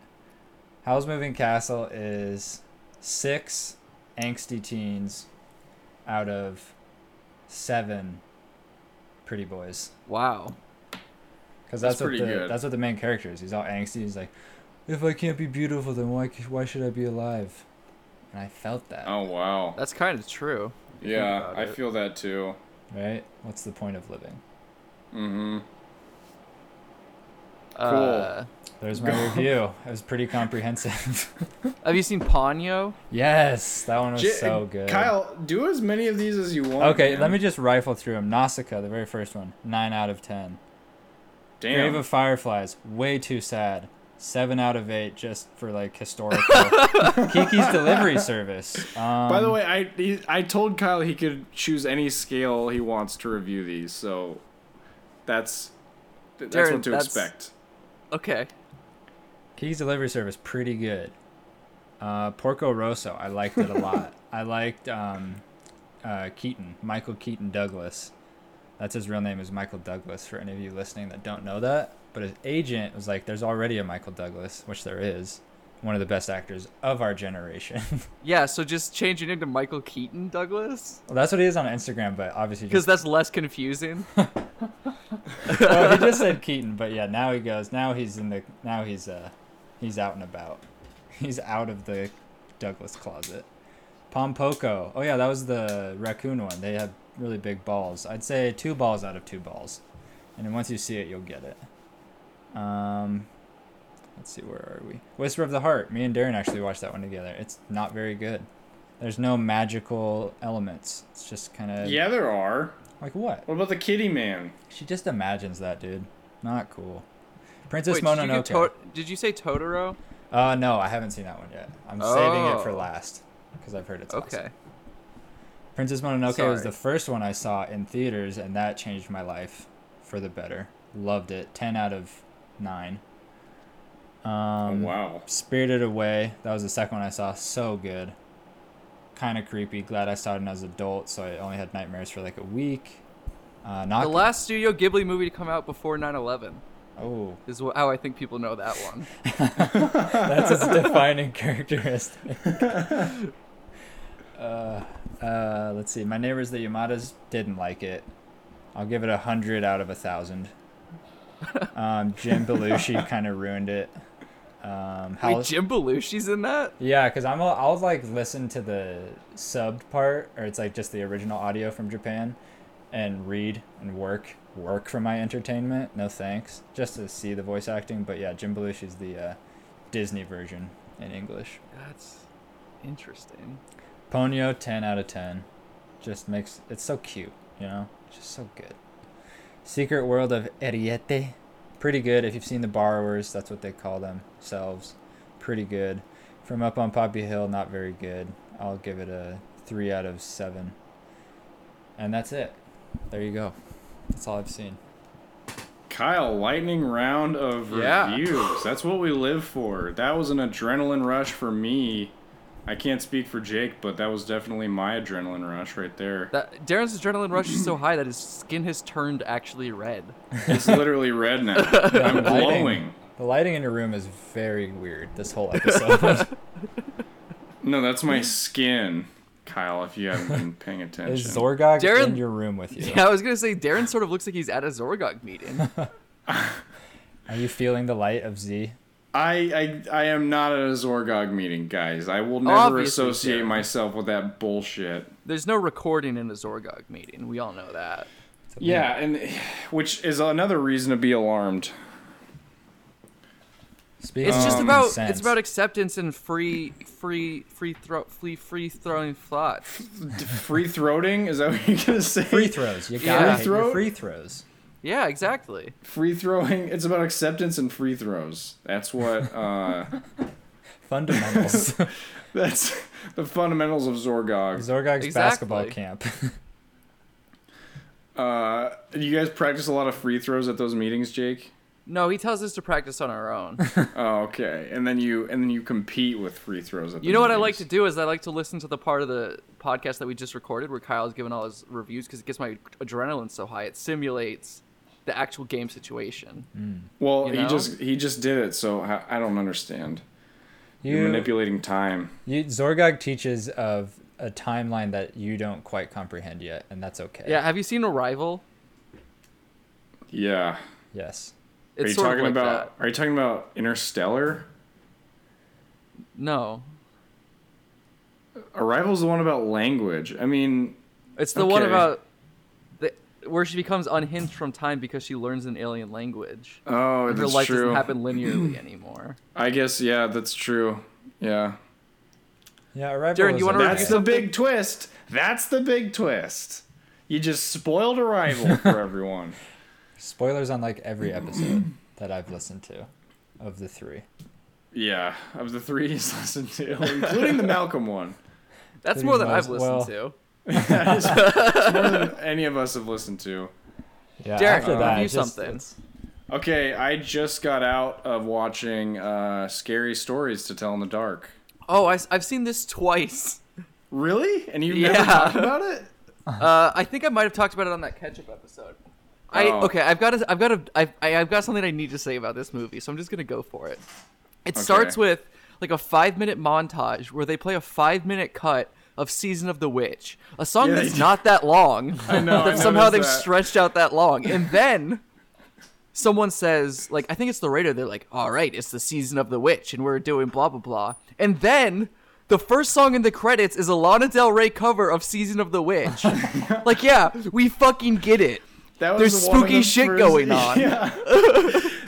Speaker 3: Howl's Moving Castle is six angsty teens out of seven pretty boys.
Speaker 1: Wow.
Speaker 3: Because
Speaker 2: That's
Speaker 3: that's, what
Speaker 2: pretty
Speaker 3: the,
Speaker 2: good.
Speaker 3: that's what the main character is. He's all angsty. He's like, if I can't be beautiful, then why, c- why should I be alive? And I felt that.
Speaker 2: Oh wow.
Speaker 1: That's kind of true.
Speaker 2: Yeah,
Speaker 1: about
Speaker 2: I
Speaker 1: it.
Speaker 2: feel that too.
Speaker 3: Right? What's the point of living?
Speaker 2: Mm-hmm.
Speaker 1: Uh,
Speaker 3: There's my review. It was pretty comprehensive.
Speaker 1: have you seen Ponyo?
Speaker 3: Yes, that one was so good.
Speaker 2: Kyle, do as many of these as you want.
Speaker 3: Okay,
Speaker 2: man.
Speaker 3: let me just rifle through them. Nausicaa, the very first one, nine out of ten. Grave
Speaker 2: Damn.
Speaker 3: of Fireflies, way too sad. Seven out of eight, just for like historical. Kiki's Delivery Service. Um,
Speaker 2: By the way, I he, I told Kyle he could choose any scale he wants to review these, so that's th- that's
Speaker 1: Darren,
Speaker 2: what to
Speaker 1: that's-
Speaker 2: expect.
Speaker 1: Okay.
Speaker 3: Kiki's Delivery Service, pretty good. Uh, Porco Rosso, I liked it a lot. I liked um, uh, Keaton, Michael Keaton Douglas. That's his real name is Michael Douglas. For any of you listening that don't know that, but his agent was like, "There's already a Michael Douglas, which there is, one of the best actors of our generation."
Speaker 1: Yeah, so just change your name to Michael Keaton Douglas
Speaker 3: well, that's what he is on Instagram, but obviously
Speaker 1: because
Speaker 3: just
Speaker 1: that's less confusing.
Speaker 3: oh, he just said Keaton, but yeah, now he goes. Now he's in the now he's uh He's out and about. He's out of the Douglas closet. Pompoko. Oh yeah, that was the raccoon one. They have really big balls. I'd say two balls out of two balls. And then once you see it, you'll get it. Um, let's see, where are we? Whisper of the Heart. Me and Darren actually watched that one together. It's not very good. There's no magical elements. It's just kind of
Speaker 2: Yeah, there are.
Speaker 3: like what?
Speaker 2: What about the Kitty Man?
Speaker 3: She just imagines that, dude. Not cool. Princess
Speaker 1: Wait, did you,
Speaker 3: Mononoke.
Speaker 1: get to- did you say Totoro?
Speaker 3: uh, no, I haven't seen that one yet. I'm saving it for
Speaker 1: Oh.
Speaker 3: last because I've heard it's awesome.
Speaker 1: Okay.
Speaker 3: Princess Mononoke was
Speaker 1: Sorry.
Speaker 3: the first one I saw in theaters, and that changed my life for the better. Loved it. Ten out of nine. Um,
Speaker 2: Oh, wow.
Speaker 3: Spirited Away. That was the second one I saw. So good. Kind of creepy. Glad I saw it when I was an adult, so I only had nightmares for like a week. Uh, not
Speaker 1: The last Studio Ghibli movie to come out before 9 11
Speaker 3: oh,
Speaker 1: is wh- how I think people know that one.
Speaker 3: That's its defining characteristic. uh, uh, let's see. My neighbors, the Yamadas, didn't like it. I'll give it a hundred out of a thousand. Um, Jim Belushi kind of ruined it. Um,
Speaker 1: Wait, Jim Belushi's in that?
Speaker 3: yeah, because I'm a, I'll like listen to the subbed part, or it's like just the original audio from Japan, and read and work work for my entertainment. No thanks, just to see the voice acting. But yeah, Jim Belushi's the uh, Disney version in English.
Speaker 1: That's interesting.
Speaker 3: Ponyo, ten out of ten, just makes it's so cute, you know, just so good. Secret World of Ariete, pretty good if you've seen the borrowers. That's what they call themselves. Pretty good. From up on Poppy Hill, not very good. I'll give it a three out of seven. And that's it. There you go. That's all I've seen.
Speaker 2: Kyle, lightning round of
Speaker 1: Yeah.
Speaker 2: reviews. That's what we live for. That was an adrenaline rush for me. I can't speak for Jake, but that was definitely my adrenaline rush right there.
Speaker 1: That Darren's adrenaline rush is so high that his skin has turned actually red.
Speaker 2: It's literally red now. I'm
Speaker 3: lighting.
Speaker 2: glowing.
Speaker 3: The lighting in your room is very weird. This whole episode
Speaker 2: No, that's my skin, Kyle, if you haven't been paying
Speaker 3: is
Speaker 2: attention.
Speaker 3: Zorgog in
Speaker 1: Darren-
Speaker 3: your room with you.
Speaker 1: Yeah, I was gonna say Darren sort of looks like he's at a Zorgog meeting.
Speaker 3: Are you feeling the light of Z?
Speaker 2: I, I I am not at a Zorgog meeting, guys. I will never
Speaker 1: Obviously,
Speaker 2: associate
Speaker 1: Darren.
Speaker 2: myself with that bullshit.
Speaker 1: There's no recording in a Zorgog meeting. We all know that.
Speaker 2: Yeah, and which is another reason to be alarmed.
Speaker 3: Speaking
Speaker 1: It's just
Speaker 3: of
Speaker 1: about
Speaker 3: Um, sense.
Speaker 1: it's about acceptance and free free free throw free free throwing thoughts.
Speaker 2: Free throating? Is that what you're gonna say?
Speaker 3: free throws. You
Speaker 1: Yeah.
Speaker 3: gotta hit your
Speaker 2: Throw-
Speaker 3: free throws.
Speaker 1: Yeah, exactly.
Speaker 2: free throwing. It's about acceptance and free throws. That's what. Uh,
Speaker 3: Fundamentals.
Speaker 2: that's the fundamentals of Zorgog.
Speaker 3: Zorgog's
Speaker 1: Exactly.
Speaker 3: basketball camp.
Speaker 2: Uh, you guys practice a lot of free throws at those meetings, Jake.
Speaker 1: No, he tells us to practice on our own.
Speaker 2: Oh, okay. And then you and then you compete with free throws. At the
Speaker 1: You know what I like
Speaker 2: meetings.
Speaker 1: to do is I like to listen to the part of the podcast that we just recorded where Kyle's giving all his reviews because it gets my adrenaline so high. It simulates the actual game situation.
Speaker 2: Well,
Speaker 1: you
Speaker 2: he
Speaker 1: know?
Speaker 2: just he just did it, so I, I don't understand. You're
Speaker 3: you,
Speaker 2: manipulating time.
Speaker 3: you Zorgog teaches of a timeline that you don't quite comprehend yet, and that's okay.
Speaker 1: Yeah, have you seen Arrival?
Speaker 2: Yeah.
Speaker 3: Yes.
Speaker 1: It's
Speaker 2: are you
Speaker 1: sort
Speaker 2: talking
Speaker 1: of like
Speaker 2: about? Are you talking about Interstellar?
Speaker 1: that. No.
Speaker 2: Arrival's the one about language. I mean,
Speaker 1: It's the one
Speaker 2: Okay.
Speaker 1: about the, where she becomes unhinged from time because she learns an alien language.
Speaker 2: oh,
Speaker 1: Her
Speaker 2: that's
Speaker 1: life
Speaker 2: true.
Speaker 1: doesn't happen linearly anymore.
Speaker 2: I guess yeah, that's true. Yeah.
Speaker 3: Yeah, Arrival
Speaker 1: Darren,
Speaker 3: was
Speaker 1: you wanna
Speaker 3: okay.
Speaker 1: review
Speaker 2: That's the big twist. That's the big twist. You just spoiled Arrival for everyone.
Speaker 3: Spoilers on like every episode that I've listened to of the three.
Speaker 2: Yeah, of the three he's listened to, including the Malcolm one.
Speaker 1: That's
Speaker 3: Pretty
Speaker 1: more than
Speaker 3: much-
Speaker 1: I've listened
Speaker 3: well,
Speaker 1: to.
Speaker 2: That is it's more than any of us have listened to.
Speaker 3: Yeah,
Speaker 1: Darren,
Speaker 3: after that,
Speaker 1: review
Speaker 3: it just-
Speaker 1: something.
Speaker 3: it's-
Speaker 2: Okay, I just got out of watching uh, Scary Stories to Tell in the Dark.
Speaker 1: Oh, I, have seen this twice.
Speaker 2: Really? And you
Speaker 1: Yeah.
Speaker 2: never talked about it?
Speaker 1: Uh, I think I might have talked about it on that ketchup episode. I
Speaker 2: Oh.
Speaker 1: okay. I've got a, I've got a, I've, I- I've got something I need to say about this movie, so I'm just gonna go for it. It starts with like a five minute montage where they play a five minute cut of "Season of the Witch," a song
Speaker 2: Yeah, they
Speaker 1: that's
Speaker 2: do.
Speaker 1: not that long.
Speaker 2: I know. I
Speaker 1: that somehow
Speaker 2: noticed
Speaker 1: they've
Speaker 2: that.
Speaker 1: stretched out that long, and then someone says like I think it's the radio. They're like, "All right, it's the season of the witch, and we're doing blah blah blah." And then the first song in the credits is a Lana Del Rey cover of "Season of the Witch." like, yeah, we fucking get it.
Speaker 2: That was
Speaker 1: There's
Speaker 2: one of
Speaker 1: spooky
Speaker 2: the
Speaker 1: shit
Speaker 2: first-
Speaker 1: going on.
Speaker 2: Yeah.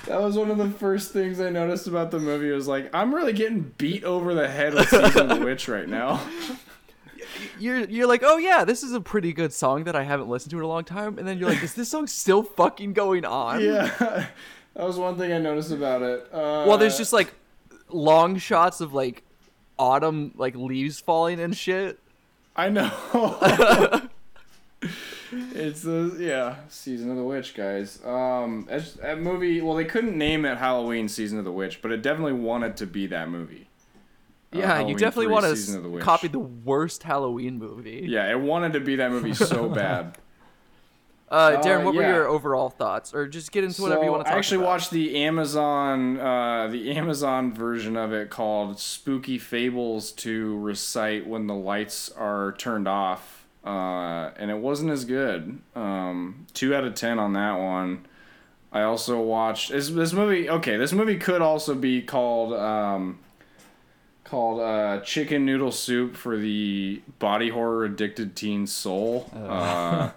Speaker 2: that was one of the first things I noticed about the movie. Was like, I'm really getting beat over the head with season of the witch right now.
Speaker 1: You're you're like, oh yeah, this is a pretty good song that I haven't listened to in a long time. And then you're like, is this song still fucking going on?
Speaker 2: Yeah, that was one thing I noticed about it. Uh,
Speaker 1: Well, there's just like long shots of like autumn like leaves falling and shit.
Speaker 2: I know. it's the yeah season of the witch, guys. Um, as, that movie. Well, they couldn't name it Halloween season of the witch, but it definitely wanted to be that movie.
Speaker 1: Yeah,
Speaker 2: Uh,
Speaker 1: you
Speaker 2: Halloween
Speaker 1: definitely
Speaker 2: 3,
Speaker 1: want
Speaker 2: Season
Speaker 1: to
Speaker 2: of the Witch.
Speaker 1: copy the worst Halloween movie.
Speaker 2: Yeah, it wanted to be that movie so bad.
Speaker 1: Uh, Darren,
Speaker 2: Uh,
Speaker 1: what were
Speaker 2: yeah.
Speaker 1: your overall thoughts, or just get into whatever you
Speaker 2: So,
Speaker 1: want to talk
Speaker 2: I actually
Speaker 1: about?
Speaker 2: watched the Amazon uh, the Amazon version of it called Spooky Fables to recite when the lights are turned off, uh, and it wasn't as good. Um, two out of ten on that one. I also watched this, this movie. Okay, this movie could also be called um, called uh, Chicken Noodle Soup for the Body Horror Addicted Teen Soul. Uh,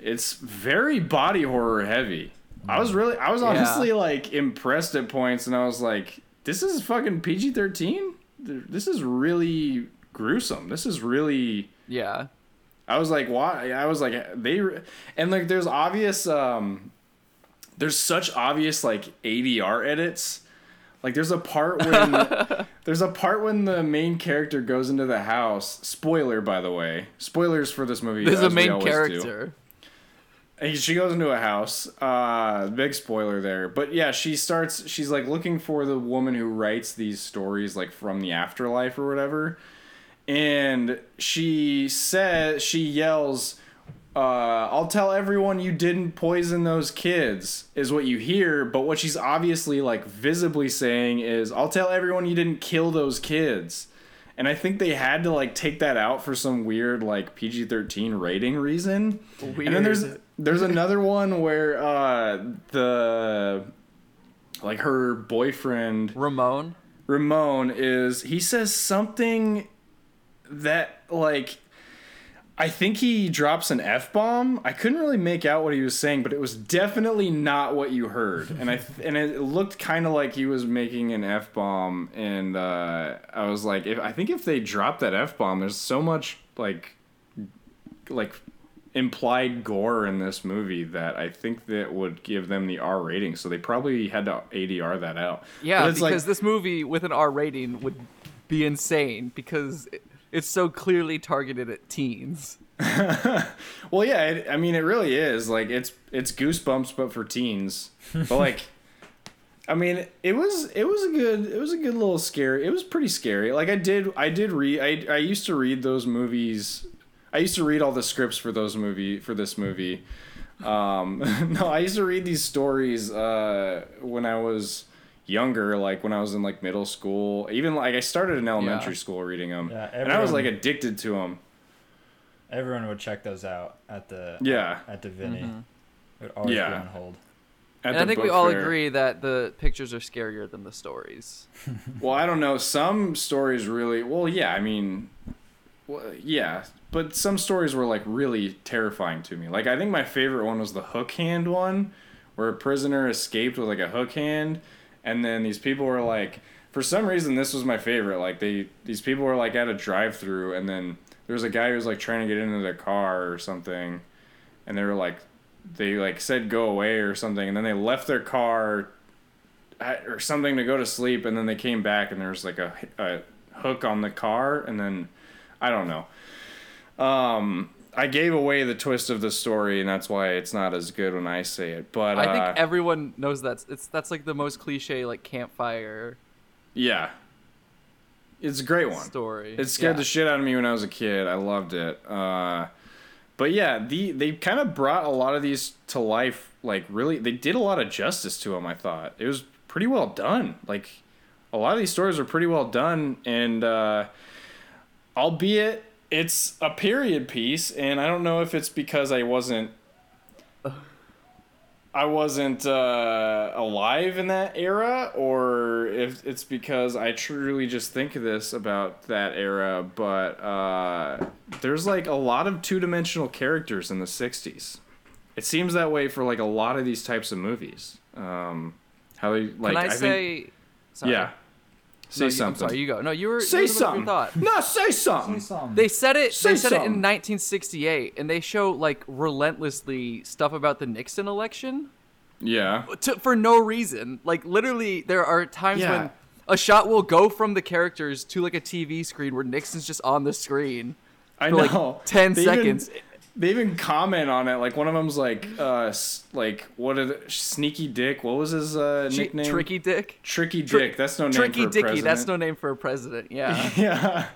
Speaker 2: it's very body horror heavy. I was really, I was
Speaker 1: Yeah.
Speaker 2: honestly like impressed at points, and I was like, "This is fucking PG thirteen. This is really gruesome. This is really."
Speaker 1: Yeah,
Speaker 2: I was like, "Why?" I was like, "They," and like, there's obvious, um, there's such obvious like ADR edits. Like, there's a part when there's a part when the main character goes into the house. Spoiler, by the way, spoilers for this movie.
Speaker 1: this is
Speaker 2: as
Speaker 1: a
Speaker 2: we
Speaker 1: main
Speaker 2: always do.
Speaker 1: character.
Speaker 2: And she goes into a house. Uh, big spoiler there, but yeah, she starts. She's like looking for the woman who writes these stories, like from the afterlife or whatever. And she says, she yells, uh, "I'll tell everyone you didn't poison those kids," is what you hear. But what she's obviously like visibly saying is, "I'll tell everyone you didn't kill those kids." And I think they had to like take that out for some weird like PG thirteen rating reason. And then there's
Speaker 1: Weird.
Speaker 2: there's another one where uh the like her boyfriend
Speaker 1: Ramon.
Speaker 2: Ramon is he says something that like I think he drops an F bomb. I couldn't really make out what he was saying, but it was definitely not what you heard. And I and it looked kind of like he was making an F bomb and uh I was like if I think if they drop that F bomb, there's so much like like implied gore in this movie that I think that would give them the R rating. So they probably had to ADR that out.
Speaker 1: Yeah,
Speaker 2: But
Speaker 1: because
Speaker 2: it's like-
Speaker 1: this movie with an R rating would be insane because it, it's so clearly targeted at teens.
Speaker 2: Well, yeah, it, I mean, it really is like it's it's goosebumps, but for teens. But like, I mean, it was it was a good it was a good little scary. It was pretty scary. Like I did I did read I I used to read those movies. I used to read all the scripts for those movie for this movie. Um, no, I used to read these stories uh, when I was younger, like when I was in like middle school. Even like I started in elementary school reading them,
Speaker 3: Yeah,
Speaker 2: and I was like
Speaker 3: everyone-
Speaker 2: addicted to them.
Speaker 3: Everyone would check those out at the
Speaker 2: Yeah,
Speaker 3: at the Vinny. It would always be
Speaker 2: Yeah.
Speaker 3: on hold.
Speaker 2: at
Speaker 1: and
Speaker 2: the
Speaker 1: I think we
Speaker 2: book
Speaker 1: all
Speaker 2: fair.
Speaker 1: agree that the pictures are scarier than the stories.
Speaker 2: Well, I don't know. Some stories really. Well, yeah. I mean, well, yeah. But some stories were like really terrifying to me. Like I think my favorite one was the hook hand one, where a prisoner escaped with like a hook hand, and then these people were like, for some reason, this was my favorite. Like they, these people were like at a drive-through, and then there was a guy who was like trying to get into the car or something, and they were like, they like said go away or something, and then they left their car I- or something to go to sleep, and then they came back, and there was like a, a hook on the car, and then I don't know. Um, I gave away the twist of the story, and that's why it's not as good when I say it. But uh,
Speaker 1: I think everyone knows that's it's that's like the most cliche like campfire
Speaker 2: yeah, it's a great one.
Speaker 1: story.
Speaker 2: It scared
Speaker 1: Yeah.
Speaker 2: the shit out of me when I was a kid. I loved it. Uh, but yeah, the they kind of brought a lot of these to life. Like really, they did a lot of justice to them. I thought it was pretty well done. Like a lot of these stories are pretty well done, and uh, albeit it's a period piece, and I don't know if it's because I wasn't. I wasn't uh, alive in that era, or if it's because I truly just think of this about that era, but uh, there's like a lot of two dimensional characters in the 60s. It seems that way for like a lot of these types of movies. Um, how they like?
Speaker 1: Can I,
Speaker 2: think,
Speaker 1: say? Sorry.
Speaker 2: yeah. Say
Speaker 1: No, you, I'm
Speaker 2: something.
Speaker 1: sorry, you go. No, you were. you
Speaker 2: say
Speaker 1: were the one with your
Speaker 2: something.
Speaker 1: Thought.
Speaker 2: No, say something.
Speaker 3: Say something.
Speaker 1: They said it.
Speaker 2: Say
Speaker 1: they said it
Speaker 2: something.
Speaker 1: in 1968, and they show like relentlessly stuff about the Nixon election
Speaker 2: Yeah.
Speaker 1: to, for no reason. Like literally, there are times
Speaker 2: Yeah.
Speaker 1: when a shot will go from the characters to like a TV screen where Nixon's just on the screen.
Speaker 2: I
Speaker 1: for, like, 10
Speaker 2: even-
Speaker 1: seconds.
Speaker 2: they even comment on it. Like one of them's like, uh, s- like what are the, sneaky dick? What was his uh,
Speaker 1: She-
Speaker 2: nickname?
Speaker 1: Tricky Dick.
Speaker 2: Tricky
Speaker 1: Tri-
Speaker 2: Dick. That's no name
Speaker 1: Tricky
Speaker 2: for a
Speaker 1: Dicky. That's no
Speaker 2: president.
Speaker 1: name for a president. Yeah.
Speaker 2: Yeah,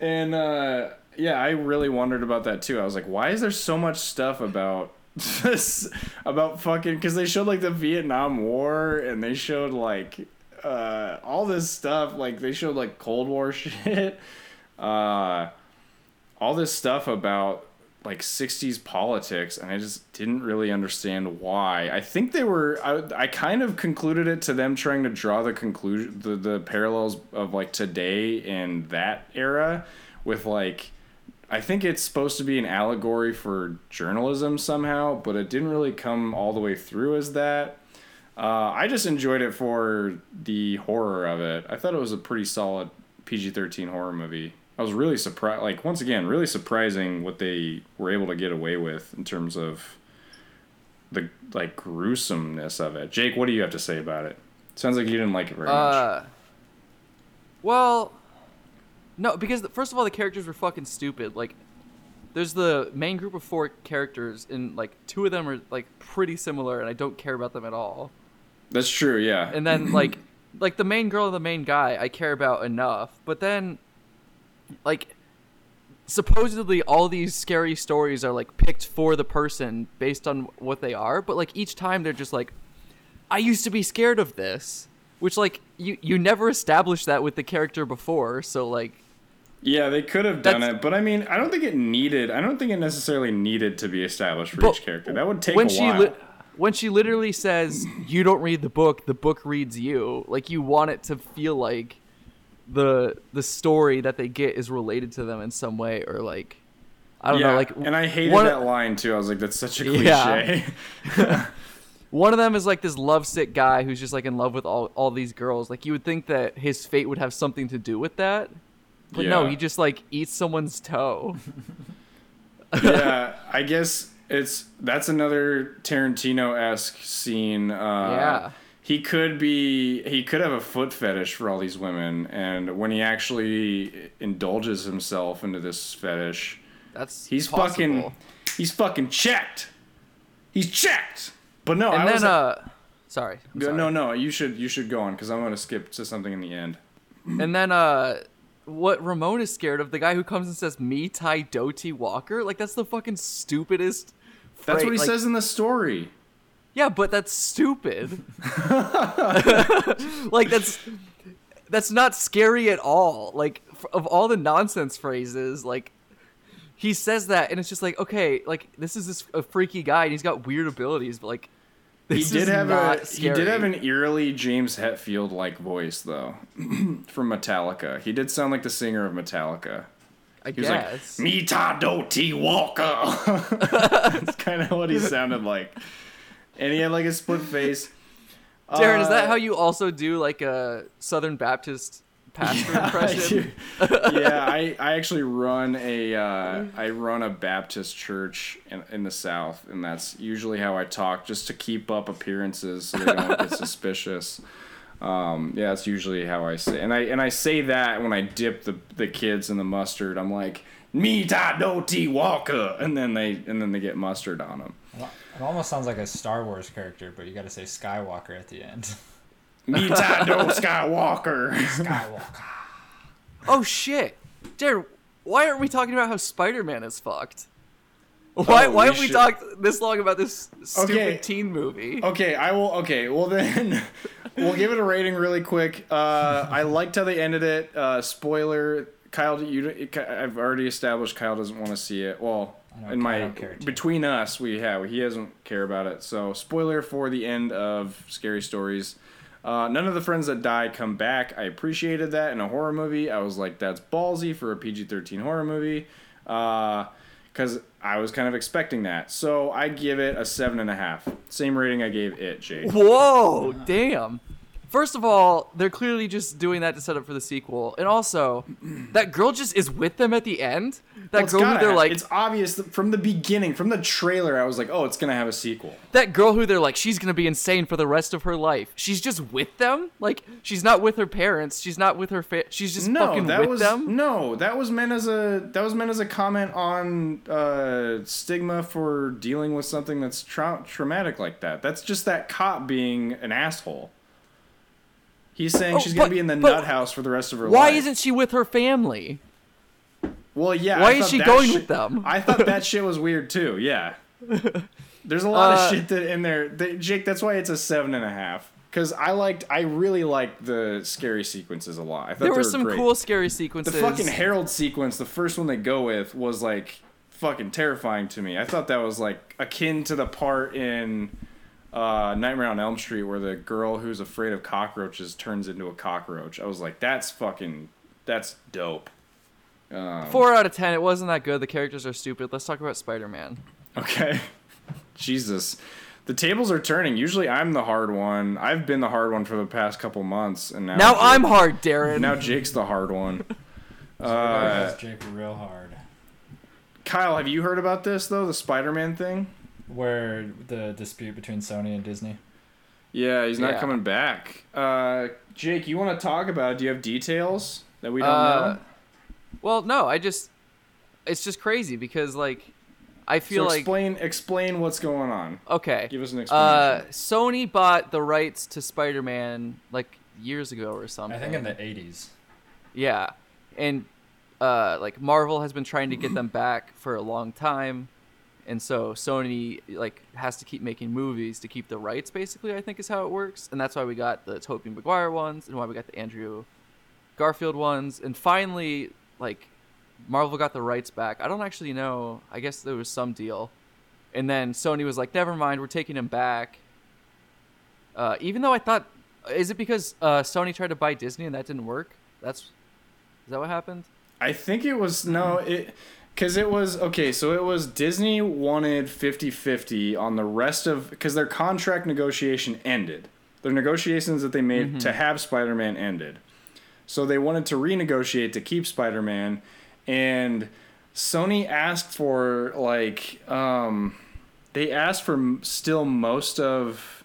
Speaker 2: and uh, yeah, I really wondered about that too. I was like, why is there so much stuff about this? About fucking because they showed like the Vietnam War and they showed like uh, all this stuff. Like they showed like Cold War shit. Uh, all this stuff about like 60s politics and i just didn't really understand why i think they were i, I kind of concluded it to them trying to draw the conclusion the, the parallels of like today and that era with like i think it's supposed to be an allegory for journalism somehow but it didn't really come all the way through as that uh, i just enjoyed it for the horror of it i thought it was a pretty solid pg-13 horror movie i was really surprised like once again really surprising what they were able to get away with in terms of the like gruesomeness of it jake what do you have to say about it sounds like you didn't like it very much
Speaker 1: Uh, well, no, because the, first of all, the characters were fucking stupid. Like, there's the main group of four characters, and like two of them are like pretty similar, and I don't care about them at all.
Speaker 2: that's true yeah
Speaker 1: And then like, like the main girl and the main guy, I care about enough. But then, like, supposedly all these scary stories are like picked for the person based on what they are, but like each time they're just like, I used to be scared of this, which like you you never established that with the character before, so like
Speaker 2: Yeah, they could have done
Speaker 1: That's-
Speaker 2: it, but I mean, I don't think it needed. I don't think it necessarily needed to be established for
Speaker 1: But
Speaker 2: each character. That would take
Speaker 1: when
Speaker 2: a
Speaker 1: she
Speaker 2: while.
Speaker 1: li- when she literally says you don't read the book, the book reads you. Like you want it to feel like the the story that they get is related to them in some way or like I don't
Speaker 2: yeah,
Speaker 1: know like
Speaker 2: and I hated
Speaker 1: one-
Speaker 2: that line too. I was like, that's such a cliche.
Speaker 1: Yeah. One of them is like this lovesick guy who's just like in love with all, all these girls. Like you would think that his fate would have something to do with that. But no,
Speaker 2: Yeah.
Speaker 1: he just like eats someone's toe.
Speaker 2: yeah, I guess it's that's another Tarantino esque scene. Uh,
Speaker 1: Yeah.
Speaker 2: he could be he could have a foot fetish for all these women, and when he actually indulges himself into this fetish,
Speaker 1: That's
Speaker 2: he's
Speaker 1: possible.
Speaker 2: fucking he's fucking checked. He's checked. But no, I
Speaker 1: And
Speaker 2: was
Speaker 1: then uh sorry. I'm
Speaker 2: Yeah,
Speaker 1: sorry.
Speaker 2: No, no, you should you should go on because I'm gonna skip to something in the end.
Speaker 1: And then uh what Ramon is scared of, the guy who comes and says me Ty Doty Walker, like that's the fucking stupidest
Speaker 2: That's
Speaker 1: phrase,
Speaker 2: what he
Speaker 1: like-
Speaker 2: says in the story.
Speaker 1: Yeah, but that's stupid. like that's that's not scary at all. Like f- of all the nonsense phrases, like he says that and it's just like, okay, like this is this a freaky guy and he's got weird abilities, but like
Speaker 2: He
Speaker 1: this
Speaker 2: did
Speaker 1: is
Speaker 2: have
Speaker 1: not
Speaker 2: a
Speaker 1: scary.
Speaker 2: he did have an eerily James Hetfield like voice though, from Metallica. He did sound like the singer of Metallica.
Speaker 1: I
Speaker 2: He was
Speaker 1: guess.
Speaker 2: like, "Me ta do T Walker." That's kind of what he sounded like, and he had like a split face.
Speaker 1: Darren, is that
Speaker 2: Uh,
Speaker 1: how you also do like a Southern Baptist pastor impression?
Speaker 2: I do. yeah, I, I actually run a uh, I run a Baptist church in, in the South, and that's usually how I talk, just to keep up appearances so they don't get suspicious. Um, yeah, that's usually how I say, and I and I say that when I dip the the kids in the mustard. I'm like, me ta do T Walker, and then they and then they get mustard on them.
Speaker 3: It almost sounds like a Star Wars character, but you got to say Skywalker at the end.
Speaker 2: Me ta do Skywalker.
Speaker 3: Skywalker.
Speaker 1: Oh shit, Jared, why aren't we talking about how Spider-Man is fucked? Why
Speaker 2: Oh,
Speaker 1: why
Speaker 2: we
Speaker 1: have we
Speaker 2: should-
Speaker 1: talked this long about this stupid
Speaker 2: Okay.
Speaker 1: teen movie?
Speaker 2: Okay, I will. Okay, well then, we'll give it a rating really quick. Uh, I liked how they ended it. Uh, spoiler: Kyle, you, I've already established Kyle doesn't want to see it. Well,
Speaker 3: I don't,
Speaker 2: in
Speaker 3: I
Speaker 2: my
Speaker 3: don't care. To.
Speaker 2: between us we have he doesn't care about it so spoiler for the end of scary stories uh, none of the friends that die come back i appreciated that in a horror movie i was like that's ballsy for a pg-13 horror movie because i was kind of expecting that so i give it a seven and a half same rating i gave it jake
Speaker 1: Whoa, damn. First of all, they're clearly just doing that to set up for the sequel. And also, that girl just is with them at the end. That
Speaker 2: It's
Speaker 1: girl who
Speaker 2: gotta
Speaker 1: they're
Speaker 2: have-
Speaker 1: like
Speaker 2: it's obvious that from the beginning from the trailer i was like oh it's gonna have a sequel
Speaker 1: that girl who they're like she's going to be insane for the rest of her life. She's just with them? Like she's not with her parents, she's not with her fa- she's just fucking
Speaker 2: that
Speaker 1: with
Speaker 2: was
Speaker 1: them.
Speaker 2: no, that was meant as a that was meant as a comment on uh, stigma for dealing with something that's trau- traumatic like that. That's just that cop being an asshole. He's saying
Speaker 1: Oh,
Speaker 2: she's gonna
Speaker 1: but-
Speaker 2: be in the
Speaker 1: but
Speaker 2: nut house for the rest of her
Speaker 1: Why
Speaker 2: life.
Speaker 1: isn't she with her family?
Speaker 2: well, yeah.
Speaker 1: why
Speaker 2: I
Speaker 1: is
Speaker 2: thought
Speaker 1: she
Speaker 2: that
Speaker 1: going
Speaker 2: shit-
Speaker 1: with them?
Speaker 2: I thought that shit was weird too. Yeah. There's a lot
Speaker 1: Uh,
Speaker 2: of shit that in there, that, Jake. That's why it's a seven and a half. Because I liked, I really liked the scary sequences a lot. I thought
Speaker 1: There
Speaker 2: they
Speaker 1: were
Speaker 2: were
Speaker 1: some
Speaker 2: great.
Speaker 1: cool scary sequences.
Speaker 2: The fucking Herald sequence, the first one they go with, was like fucking terrifying to me. I thought that was like akin to the part in uh, Nightmare on Elm Street where the girl who's afraid of cockroaches turns into a cockroach. I was like, that's fucking, that's dope.
Speaker 1: Four out of ten. It wasn't that good. The characters are stupid. Let's talk about Spider-Man.
Speaker 2: Okay. Jesus. The tables are turning. Usually I'm the hard one. I've been the hard one for the past couple months, and now
Speaker 1: Now I'm
Speaker 2: Jake-
Speaker 1: hard, Darren.
Speaker 2: now Jake's the hard one.
Speaker 3: Everybody
Speaker 2: Uh,
Speaker 3: goes Jake real hard.
Speaker 2: Kyle, have you heard about this though? The Spider-Man thing?
Speaker 3: Where the dispute between Sony and Disney.
Speaker 2: Yeah, he's not
Speaker 1: Yeah.
Speaker 2: coming back. Uh, Jake, you want to talk about it? Do you have details that we don't
Speaker 1: Uh,
Speaker 2: know?
Speaker 1: Well, no, I just it's just crazy because like I
Speaker 2: So
Speaker 1: feel like
Speaker 2: explain explain what's going on.
Speaker 1: okay.
Speaker 2: Give us an
Speaker 1: Uh
Speaker 2: explanation.
Speaker 1: Sony bought the rights to Spider-Man like years ago or something.
Speaker 3: I think in the 80s.
Speaker 1: Yeah. And uh like Marvel has been trying to get them back for a long time. And so Sony like has to keep making movies to keep the rights basically, I think is how it works. And that's why we got the Tobey Maguire ones and why we got the Andrew Garfield ones and finally like Marvel got the rights back. I don't actually know. I guess there was some deal. And then Sony was like, "Never mind, we're taking him back." Uh, even though I thought, is it because uh, Sony tried to buy Disney and that didn't work? That's is that what happened?
Speaker 2: I think it was no it because it was okay. So it was Disney wanted 50-50 on the rest of because their contract negotiation ended. Their negotiations that they made to have Spider-Man ended. So they wanted to renegotiate to keep Spider-Man, and Sony asked for like um, they asked for m- still most of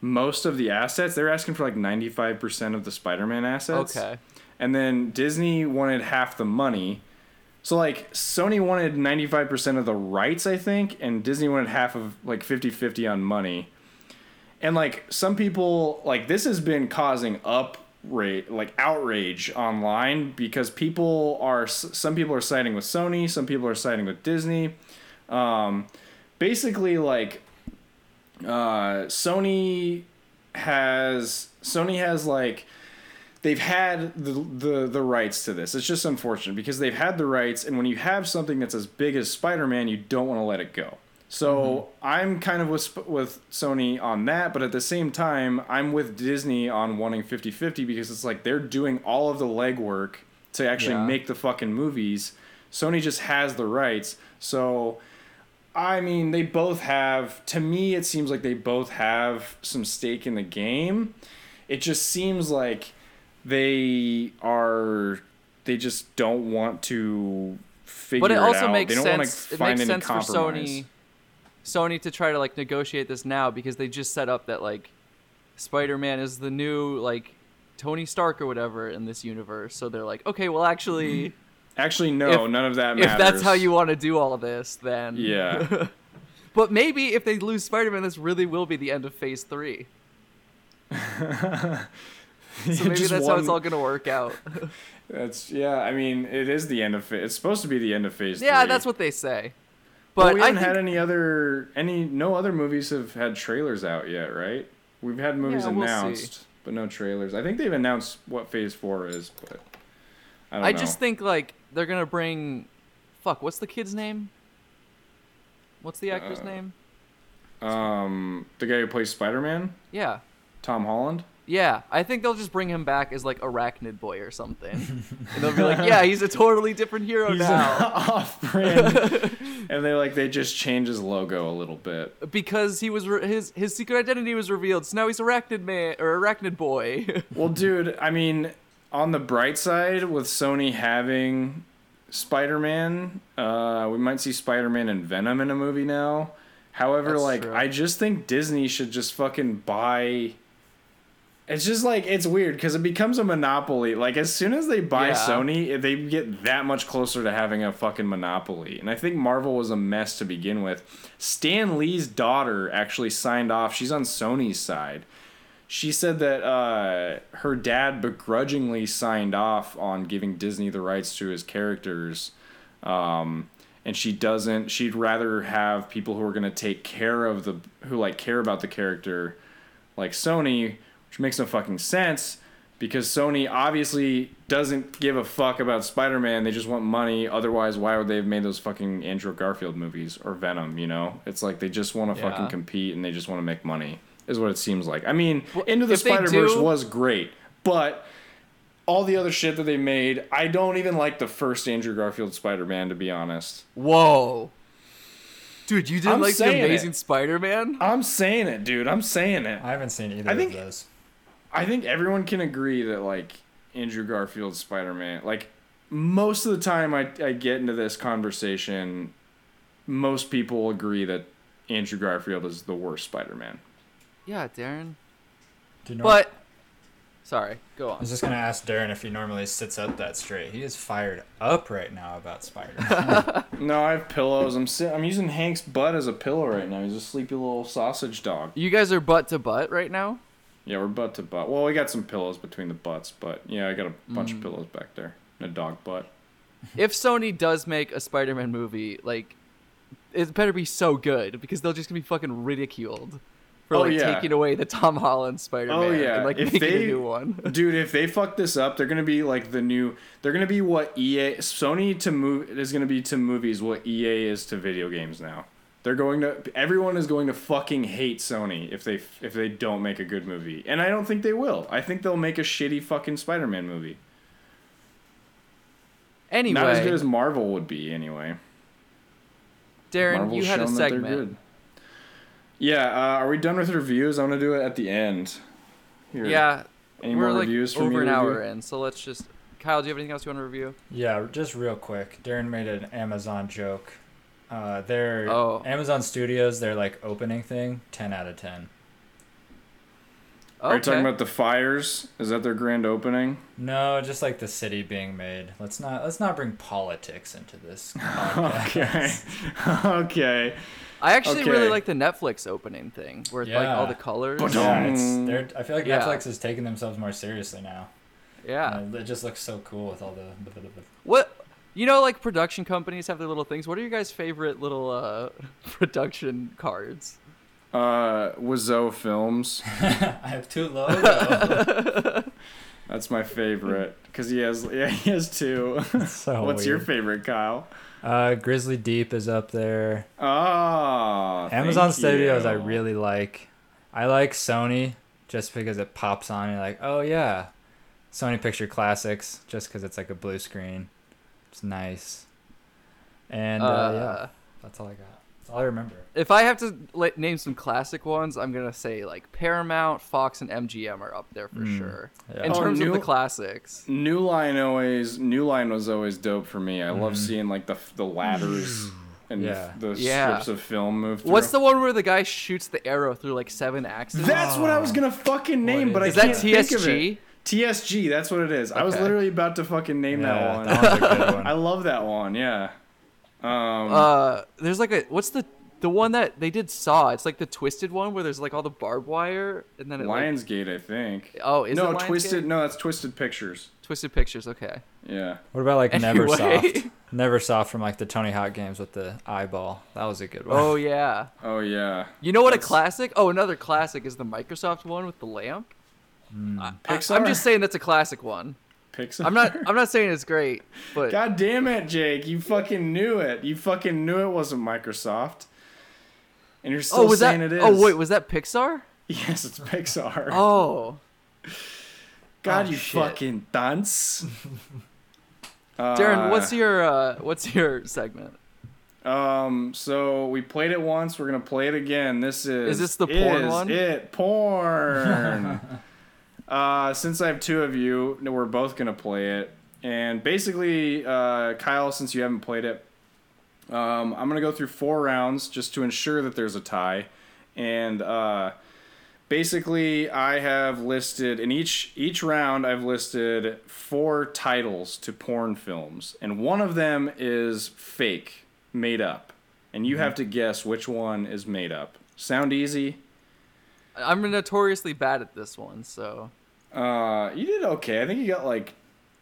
Speaker 2: most of the assets. They were asking for like ninety five percent of the Spider-Man assets
Speaker 1: okay,
Speaker 2: and then Disney wanted half the money. So like Sony wanted 95% of the rights, I think, and Disney wanted half of like 50-50 on money. And like some people like this has been causing uprage like outrage online because people are some people are siding with Sony, some people are siding with Disney. Um basically like uh Sony has Sony has like they've had the, the the rights to this. It's just unfortunate because they've had the rights, and when you have something that's as big as Spider-Man, you don't want to let it go. So I'm kind of with Sp- with Sony on that, but at the same time, I'm with Disney on wanting 50-50 because it's like they're doing all of the legwork to actually
Speaker 1: Yeah.
Speaker 2: make the fucking movies. Sony just has the rights, so. I mean, they both have. To me, it seems like they both have some stake in the game. It just seems like they are. They just don't want to figure
Speaker 1: but it
Speaker 2: it
Speaker 1: also
Speaker 2: out.
Speaker 1: makes
Speaker 2: they don't want to
Speaker 1: sense. It
Speaker 2: find
Speaker 1: makes
Speaker 2: any
Speaker 1: sense for
Speaker 2: compromise.
Speaker 1: Sony, Sony to try to like negotiate this now because they just set up that like Spider-Man is the new like Tony Stark or whatever in this universe. So they're like, okay, well actually.
Speaker 2: Actually, no,
Speaker 1: If-
Speaker 2: none of Mm-hmm. that matters.
Speaker 1: if that's how you want to do all of this, then
Speaker 2: Yeah.
Speaker 1: But maybe if they lose Spider-Man, this really will be the end of Phase Three. So maybe
Speaker 2: Just
Speaker 1: that's how it's
Speaker 2: one-
Speaker 1: all gonna work out.
Speaker 2: That's yeah. I mean, it is the end of. Fa- it's supposed to be the end of phase.
Speaker 1: yeah,
Speaker 2: three.
Speaker 1: that's what they say.
Speaker 2: But
Speaker 1: But
Speaker 2: we
Speaker 1: I
Speaker 2: haven't
Speaker 1: think,
Speaker 2: had any other any no other movies have had trailers out yet, right? We've had movies
Speaker 1: Yeah, we'll see.
Speaker 2: announced, but no trailers. I think they've announced what Phase Four is, but I don't
Speaker 1: I
Speaker 2: know.
Speaker 1: just think like they're gonna bring, fuck, what's the kid's name? What's the actor's
Speaker 2: Uh.
Speaker 1: name?
Speaker 2: Um, the guy who plays Spider Man,
Speaker 1: Yeah.
Speaker 2: Tom Holland.
Speaker 1: Yeah, I think they'll just bring him back as like Arachnid Boy or something. and they'll be like, yeah, he's a totally different hero
Speaker 2: He's
Speaker 1: now.
Speaker 2: off-brand, and they like they just change his logo a little bit.
Speaker 1: because he was re- his his secret identity was revealed, so now he's Arachnid Man or Arachnid Boy.
Speaker 2: Well, dude, I mean, on the bright side, with Sony having Spider Man, uh, we might see Spider Man and Venom in a movie now. However,
Speaker 1: That's
Speaker 2: like,
Speaker 1: true.
Speaker 2: I just think Disney should just fucking buy. It's just like it's weird because it becomes a monopoly. Like as soon as they buy
Speaker 1: Yeah.
Speaker 2: Sony, they get that much closer to having a fucking monopoly. And I think Marvel was a mess to begin with. Stan Lee's daughter actually signed off. She's on Sony's side she said that uh, her dad begrudgingly signed off on giving Disney the rights to his characters. Um, and she doesn't, she'd rather have people who are going to take care of the, who like care about the character, like Sony, which makes no fucking sense because Sony obviously doesn't give a fuck about Spider Man. They just want money. Otherwise, why would they have made those fucking Andrew Garfield movies or Venom, you know? It's like they just want to
Speaker 1: Yeah.
Speaker 2: fucking compete and they just want to make money is what it seems like. I mean,
Speaker 1: Well,
Speaker 2: Into the
Speaker 1: if they
Speaker 2: Spider Verse
Speaker 1: do-
Speaker 2: was great, but all the other shit that they made, I don't even like the first Andrew Garfield Spider Man to be honest.
Speaker 1: Whoa. Dude, you didn't
Speaker 2: I'm
Speaker 1: like the
Speaker 2: saying it.
Speaker 1: Amazing Spider-Man?
Speaker 2: I'm saying it, dude. I'm saying it.
Speaker 3: I haven't seen either
Speaker 2: I think-
Speaker 3: of those.
Speaker 2: I think everyone can agree that like Andrew Garfield's Spider Man, like most of the time I, I get into this conversation, most people agree that Andrew Garfield is the worst Spider Man.
Speaker 1: Yeah, Darren.
Speaker 3: Do you know
Speaker 1: But sorry, go
Speaker 3: I
Speaker 1: on.
Speaker 3: was just gonna ask Darren if he normally sits up that straight. He is fired up right now about Spider-Man.
Speaker 2: No, I have pillows. I'm sit- I'm using Hank's butt as a pillow right now. He's a sleepy little sausage dog.
Speaker 1: You guys are butt to butt right now?
Speaker 2: Yeah, we're butt to butt. Well, we got some pillows between the butts, but yeah, I got a bunch of pillows back there and a dog butt.
Speaker 1: If Sony does make a Spider-Man movie, like it better be so good because they'll just gonna be fucking ridiculed for
Speaker 2: Oh,
Speaker 1: like
Speaker 2: yeah.
Speaker 1: taking away the Tom Holland Spider-Man
Speaker 2: Oh, yeah.
Speaker 1: and like
Speaker 2: If
Speaker 1: making
Speaker 2: they-
Speaker 1: a new one.
Speaker 2: Dude, if they fuck this up, they're gonna be like the new. They're gonna be what EA, Sony to move is gonna be to movies what EA is to video games now. They're going to. Everyone is going to fucking hate Sony if they if they don't make a good movie, and I don't think they will. I think they'll make a shitty fucking Spider-Man movie.
Speaker 1: Anyway,
Speaker 2: Not as good as Marvel would be, anyway.
Speaker 1: Darren, you
Speaker 2: Marvel's
Speaker 1: had a
Speaker 2: shown that they're
Speaker 1: segment.
Speaker 2: good. Yeah, uh, are we done with reviews? I'm gonna do it at the end. Here.
Speaker 1: Yeah,
Speaker 2: Any
Speaker 1: we're
Speaker 2: more
Speaker 1: like
Speaker 2: reviews for
Speaker 1: over
Speaker 2: me to
Speaker 1: an
Speaker 2: review?
Speaker 1: hour in, so let's just. Kyle, do you have anything else you want to review?
Speaker 3: yeah, just real quick. Darren made an Amazon joke. Uh, their
Speaker 1: Oh.
Speaker 3: Amazon Studios, their like opening thing, ten out of ten.
Speaker 2: Are you talking about the fires? Is that their grand opening?
Speaker 3: No, just like the city being made. Let's not let's not bring politics into this. podcast.
Speaker 2: Okay. okay.
Speaker 1: I actually really
Speaker 2: Okay.
Speaker 1: like the Netflix opening thing, where it's like all
Speaker 3: Yeah.
Speaker 1: the colors.
Speaker 2: Ba-dum.
Speaker 3: Yeah, it's, they're, I feel like
Speaker 1: Yeah.
Speaker 3: Netflix is taking themselves more seriously now.
Speaker 1: Yeah.
Speaker 3: And it just looks so cool with all the.
Speaker 1: What? You know, like production companies have their little things. What are your guys' favorite little uh, production cards?
Speaker 2: Uh, Wazzo Films.
Speaker 3: I have two logos.
Speaker 2: That's my favorite because he has yeah he has two.
Speaker 3: so
Speaker 2: What's your
Speaker 3: weird.
Speaker 2: favorite, Kyle?
Speaker 3: Uh, Grizzly Deep is up there.
Speaker 2: Ah,
Speaker 3: Amazon
Speaker 2: thank
Speaker 3: Studios, I
Speaker 2: you.
Speaker 3: really like. I like Sony just because it pops on. You're like, oh yeah, Sony Picture Classics, just because it's like a blue screen. It's nice. And uh, yeah,
Speaker 1: Uh,
Speaker 3: that's all I got. That's all I remember.
Speaker 1: If I have to like, name some classic ones, I'm gonna say like Paramount, Fox, and MGM are up there for
Speaker 3: Mm,
Speaker 1: sure.
Speaker 3: yeah.
Speaker 1: In
Speaker 2: Oh,
Speaker 1: terms
Speaker 2: new-
Speaker 1: of the classics,
Speaker 2: New Line always New Line was always dope for me. I love seeing like the the ladders and
Speaker 3: Mm-hmm. Yeah.
Speaker 2: the
Speaker 1: Yeah.
Speaker 2: strips of film move through.
Speaker 1: what's the one where the guy shoots the arrow through like seven axes?
Speaker 2: That's what I was gonna fucking name,
Speaker 3: What
Speaker 2: but I
Speaker 1: Ah. is that
Speaker 2: can't think of
Speaker 1: TSG?
Speaker 2: it. TSG, that's what it is. I was
Speaker 1: Okay.
Speaker 2: literally about to fucking name that
Speaker 3: Yeah,
Speaker 2: one.
Speaker 3: that one's a good one.
Speaker 2: I love that one. Yeah. Um,
Speaker 1: Uh, there's like a what's the the one that they did Saw? It's like the twisted one where there's like all the barbed wire and then it like-
Speaker 2: Lionsgate, I think.
Speaker 1: Oh, is
Speaker 2: no,
Speaker 1: it Lionsgate?
Speaker 2: twisted. No, that's Twisted Pictures.
Speaker 1: Twisted Pictures. Okay.
Speaker 2: Yeah.
Speaker 3: What about like
Speaker 1: Anyway.
Speaker 3: Neversoft? Neversoft from like the Tony Hawk games with the eyeball. That was a good one.
Speaker 1: Oh yeah.
Speaker 2: Oh yeah.
Speaker 1: You know what
Speaker 2: That's-
Speaker 1: a classic? Oh, another classic is the Microsoft one with the lamp. I- I, am
Speaker 2: Pixar?
Speaker 1: just saying that's a classic one.
Speaker 2: Pixar.
Speaker 1: I'm not. I'm not saying it's great, but
Speaker 2: God damn it, Jake! You fucking knew it. You fucking knew it wasn't Microsoft. and you're still
Speaker 1: Oh, was
Speaker 2: saying
Speaker 1: that?
Speaker 2: it is.
Speaker 1: Oh wait, was that Pixar?
Speaker 2: yes, it's Pixar.
Speaker 1: Oh,
Speaker 2: God,
Speaker 1: oh,
Speaker 2: you
Speaker 1: shit.
Speaker 2: fucking dunce. uh,
Speaker 1: Darren, what's your uh, what's your segment?
Speaker 2: Um, so we played it once. We're gonna play it again. This is
Speaker 1: Is this the porn
Speaker 2: is
Speaker 1: one?
Speaker 2: It porn. uh, since I have two of you, no, we're both gonna play it. And basically, uh, Kyle, since you haven't played it, um, I'm gonna go through four rounds just to ensure that there's a tie. And uh, basically, I have listed in each each round, I've listed four titles to porn films, and one of them is fake, made up, and
Speaker 1: Mm-hmm.
Speaker 2: you have to guess which one is made up. Sound easy?
Speaker 1: I'm notoriously bad at this one, so
Speaker 2: Uh, you did okay. I think you got like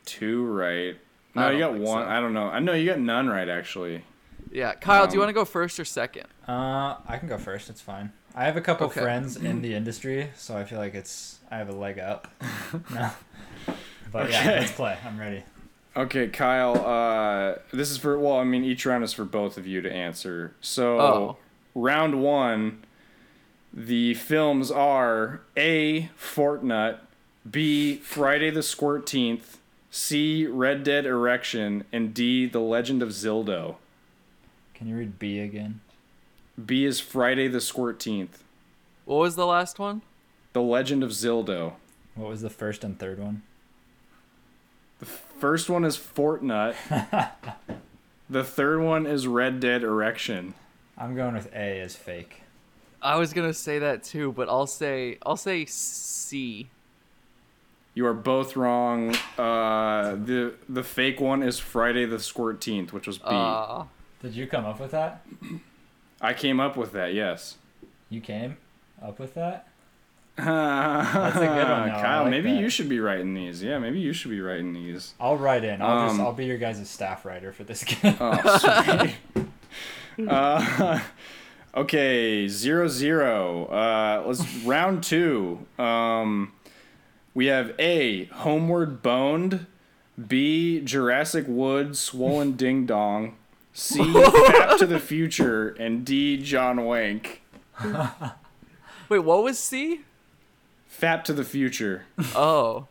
Speaker 2: two right.
Speaker 1: I
Speaker 2: No, you
Speaker 1: don't
Speaker 2: got
Speaker 1: think
Speaker 2: one.
Speaker 1: so.
Speaker 2: I don't know. I know you got none right actually.
Speaker 1: yeah. Kyle, do you
Speaker 2: Um,
Speaker 1: want to go first or second?
Speaker 3: Uh, I can go first. It's fine. I have a couple
Speaker 1: Okay.
Speaker 3: friends in the industry, so I feel like it's I have a leg up. no, but yeah,
Speaker 2: Okay.
Speaker 3: let's play. I'm ready.
Speaker 2: Okay, Kyle. Uh, this is for well, I mean, each round is for both of you to answer. So,
Speaker 1: Oh.
Speaker 2: round one, the films are A. Fortnut, B. Friday the Squirteenth, C. Red Dead Erection, and D. The Legend of Zildo.
Speaker 3: Can you read B again?
Speaker 2: B is Friday the Squirteenth,
Speaker 1: What was the last one?
Speaker 2: The Legend of Zildo.
Speaker 3: What was the first and third one?
Speaker 2: First one is Fortnut. the third one is Red Dead Erection.
Speaker 3: I'm going with A as fake.
Speaker 1: I was gonna say that too, but I'll say I'll say C.
Speaker 2: You are both wrong. Uh, the the fake one is Friday the Squirteenth, which was B. I
Speaker 1: Uh,
Speaker 3: Did you come up with that?
Speaker 2: came up with that. Yes.
Speaker 3: You came up with that?
Speaker 2: That's
Speaker 3: a good one, though. I
Speaker 2: Uh, Kyle.
Speaker 3: like
Speaker 2: maybe
Speaker 3: that.
Speaker 2: you should be writing these. Yeah, maybe you should be writing these.
Speaker 3: I'll write in. I'll just
Speaker 2: Um,
Speaker 3: I'll be your guys' staff writer for this game.
Speaker 2: Oh, sweet. uh, okay, zero zero. Uh, let's round two. Um, we have A. Homeward Boned. B. Jurassic Wood. Swollen Ding Dong. C. Back to the Future. And D. John Wank.
Speaker 1: wait, what was C?
Speaker 2: Fap to the Future.
Speaker 1: Oh,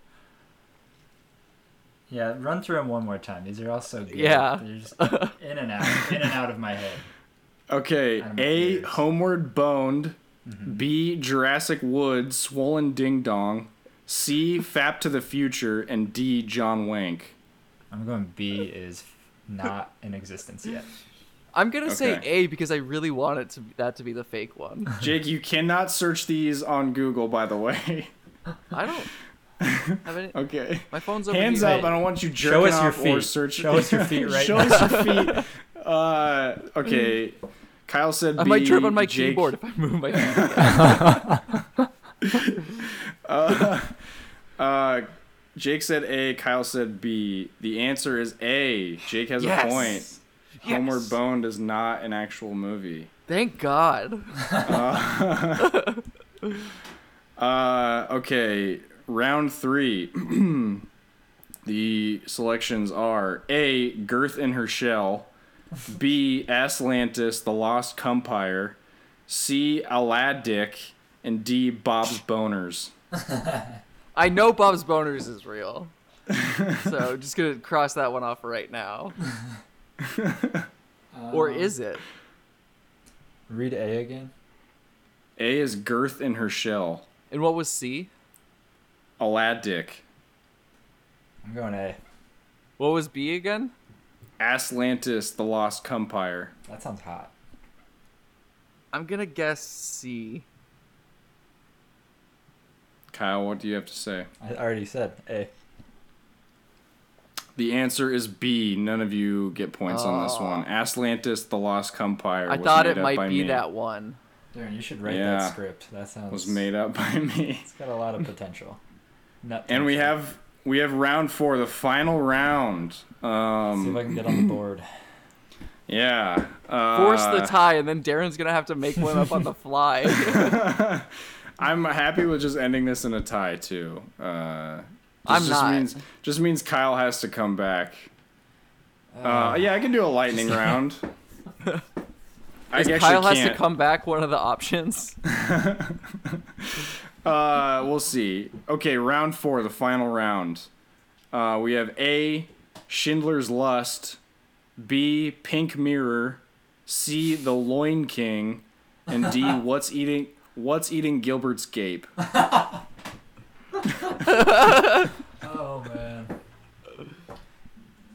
Speaker 3: yeah, run through them one more time. These are all so good.
Speaker 1: Yeah.
Speaker 3: They're just in and out, in and out of my head.
Speaker 2: Okay,
Speaker 3: I'm Mm-hmm.
Speaker 2: A.
Speaker 3: confused.
Speaker 2: Homeward Boned. B. Jurassic Wood. Swollen Ding Dong. C. Fap to the Future. And D. John Wank.
Speaker 3: I'm going B is not in existence yet.
Speaker 1: I'm gonna say
Speaker 2: Okay.
Speaker 1: A because I really want it to that to be the fake one.
Speaker 2: Jake, you cannot search these on Google, by the way.
Speaker 1: I don't have any.
Speaker 2: okay.
Speaker 1: My phone's over
Speaker 2: Hands
Speaker 1: here.
Speaker 2: up! I don't want you jerking
Speaker 3: Show us your
Speaker 2: off or
Speaker 3: feet.
Speaker 2: searching.
Speaker 3: Show us your feet right
Speaker 2: Show
Speaker 3: now.
Speaker 2: us your feet. Uh, okay. Kyle said
Speaker 1: I
Speaker 2: B.
Speaker 1: might trip on my
Speaker 2: Jake-
Speaker 1: keyboard if I move my. hand.
Speaker 2: Uh, Jake said A. Kyle said B. The answer is A. Jake has a point.
Speaker 1: yes.
Speaker 2: Homeward
Speaker 1: Yes.
Speaker 2: Bound is not an actual movie.
Speaker 1: Thank God.
Speaker 2: Uh, okay, round three. the selections are A. Girth in her shell. B. Aslantis, the lost compire. C. Aladic, and D. Bob's boners.
Speaker 1: I know Bob's Boners is real. so just gonna cross that one off right now. or is it?
Speaker 3: Read A again.
Speaker 2: A is girth in her shell.
Speaker 1: And what was C?
Speaker 2: Aladic,
Speaker 3: I'm going A.
Speaker 1: What was B again?
Speaker 2: Aslantis, the lost compire.
Speaker 3: That sounds hot.
Speaker 1: I'm gonna guess C.
Speaker 2: Kyle, what do you have to say?
Speaker 3: I already said A.
Speaker 2: The answer is B. None of you get points on this one. Aslantis, the Lost Compire.
Speaker 1: I
Speaker 2: was
Speaker 1: thought
Speaker 2: made
Speaker 1: it
Speaker 2: up by
Speaker 1: might be
Speaker 2: me.
Speaker 1: that one.
Speaker 3: Darren, you should write
Speaker 2: Yeah.
Speaker 3: that script. That sounds.
Speaker 2: Was made up by me.
Speaker 3: It's got a lot of potential. Nut
Speaker 2: And we
Speaker 3: potential.
Speaker 2: have we have round four, the final round.
Speaker 3: See if I
Speaker 2: Um,
Speaker 3: can get on the board.
Speaker 2: yeah. Uh,
Speaker 1: Force the tie, and then Darren's gonna have to make one up on the fly.
Speaker 2: I'm happy with just ending this in a tie too. Uh, this
Speaker 1: I'm
Speaker 2: just
Speaker 1: not.
Speaker 2: Means, just means Kyle has to come back. Uh, yeah, I can do a lightning round. I actually
Speaker 1: Kyle has
Speaker 2: can't.
Speaker 1: to come back. One of the options.
Speaker 2: Uh, we'll see. Okay, round four, the final round. Uh, we have A, Schindler's Lust, B, Pink Mirror, C, The Loin King, and D, What's Eating What's Eating Gilbert's Gape.
Speaker 3: Oh man.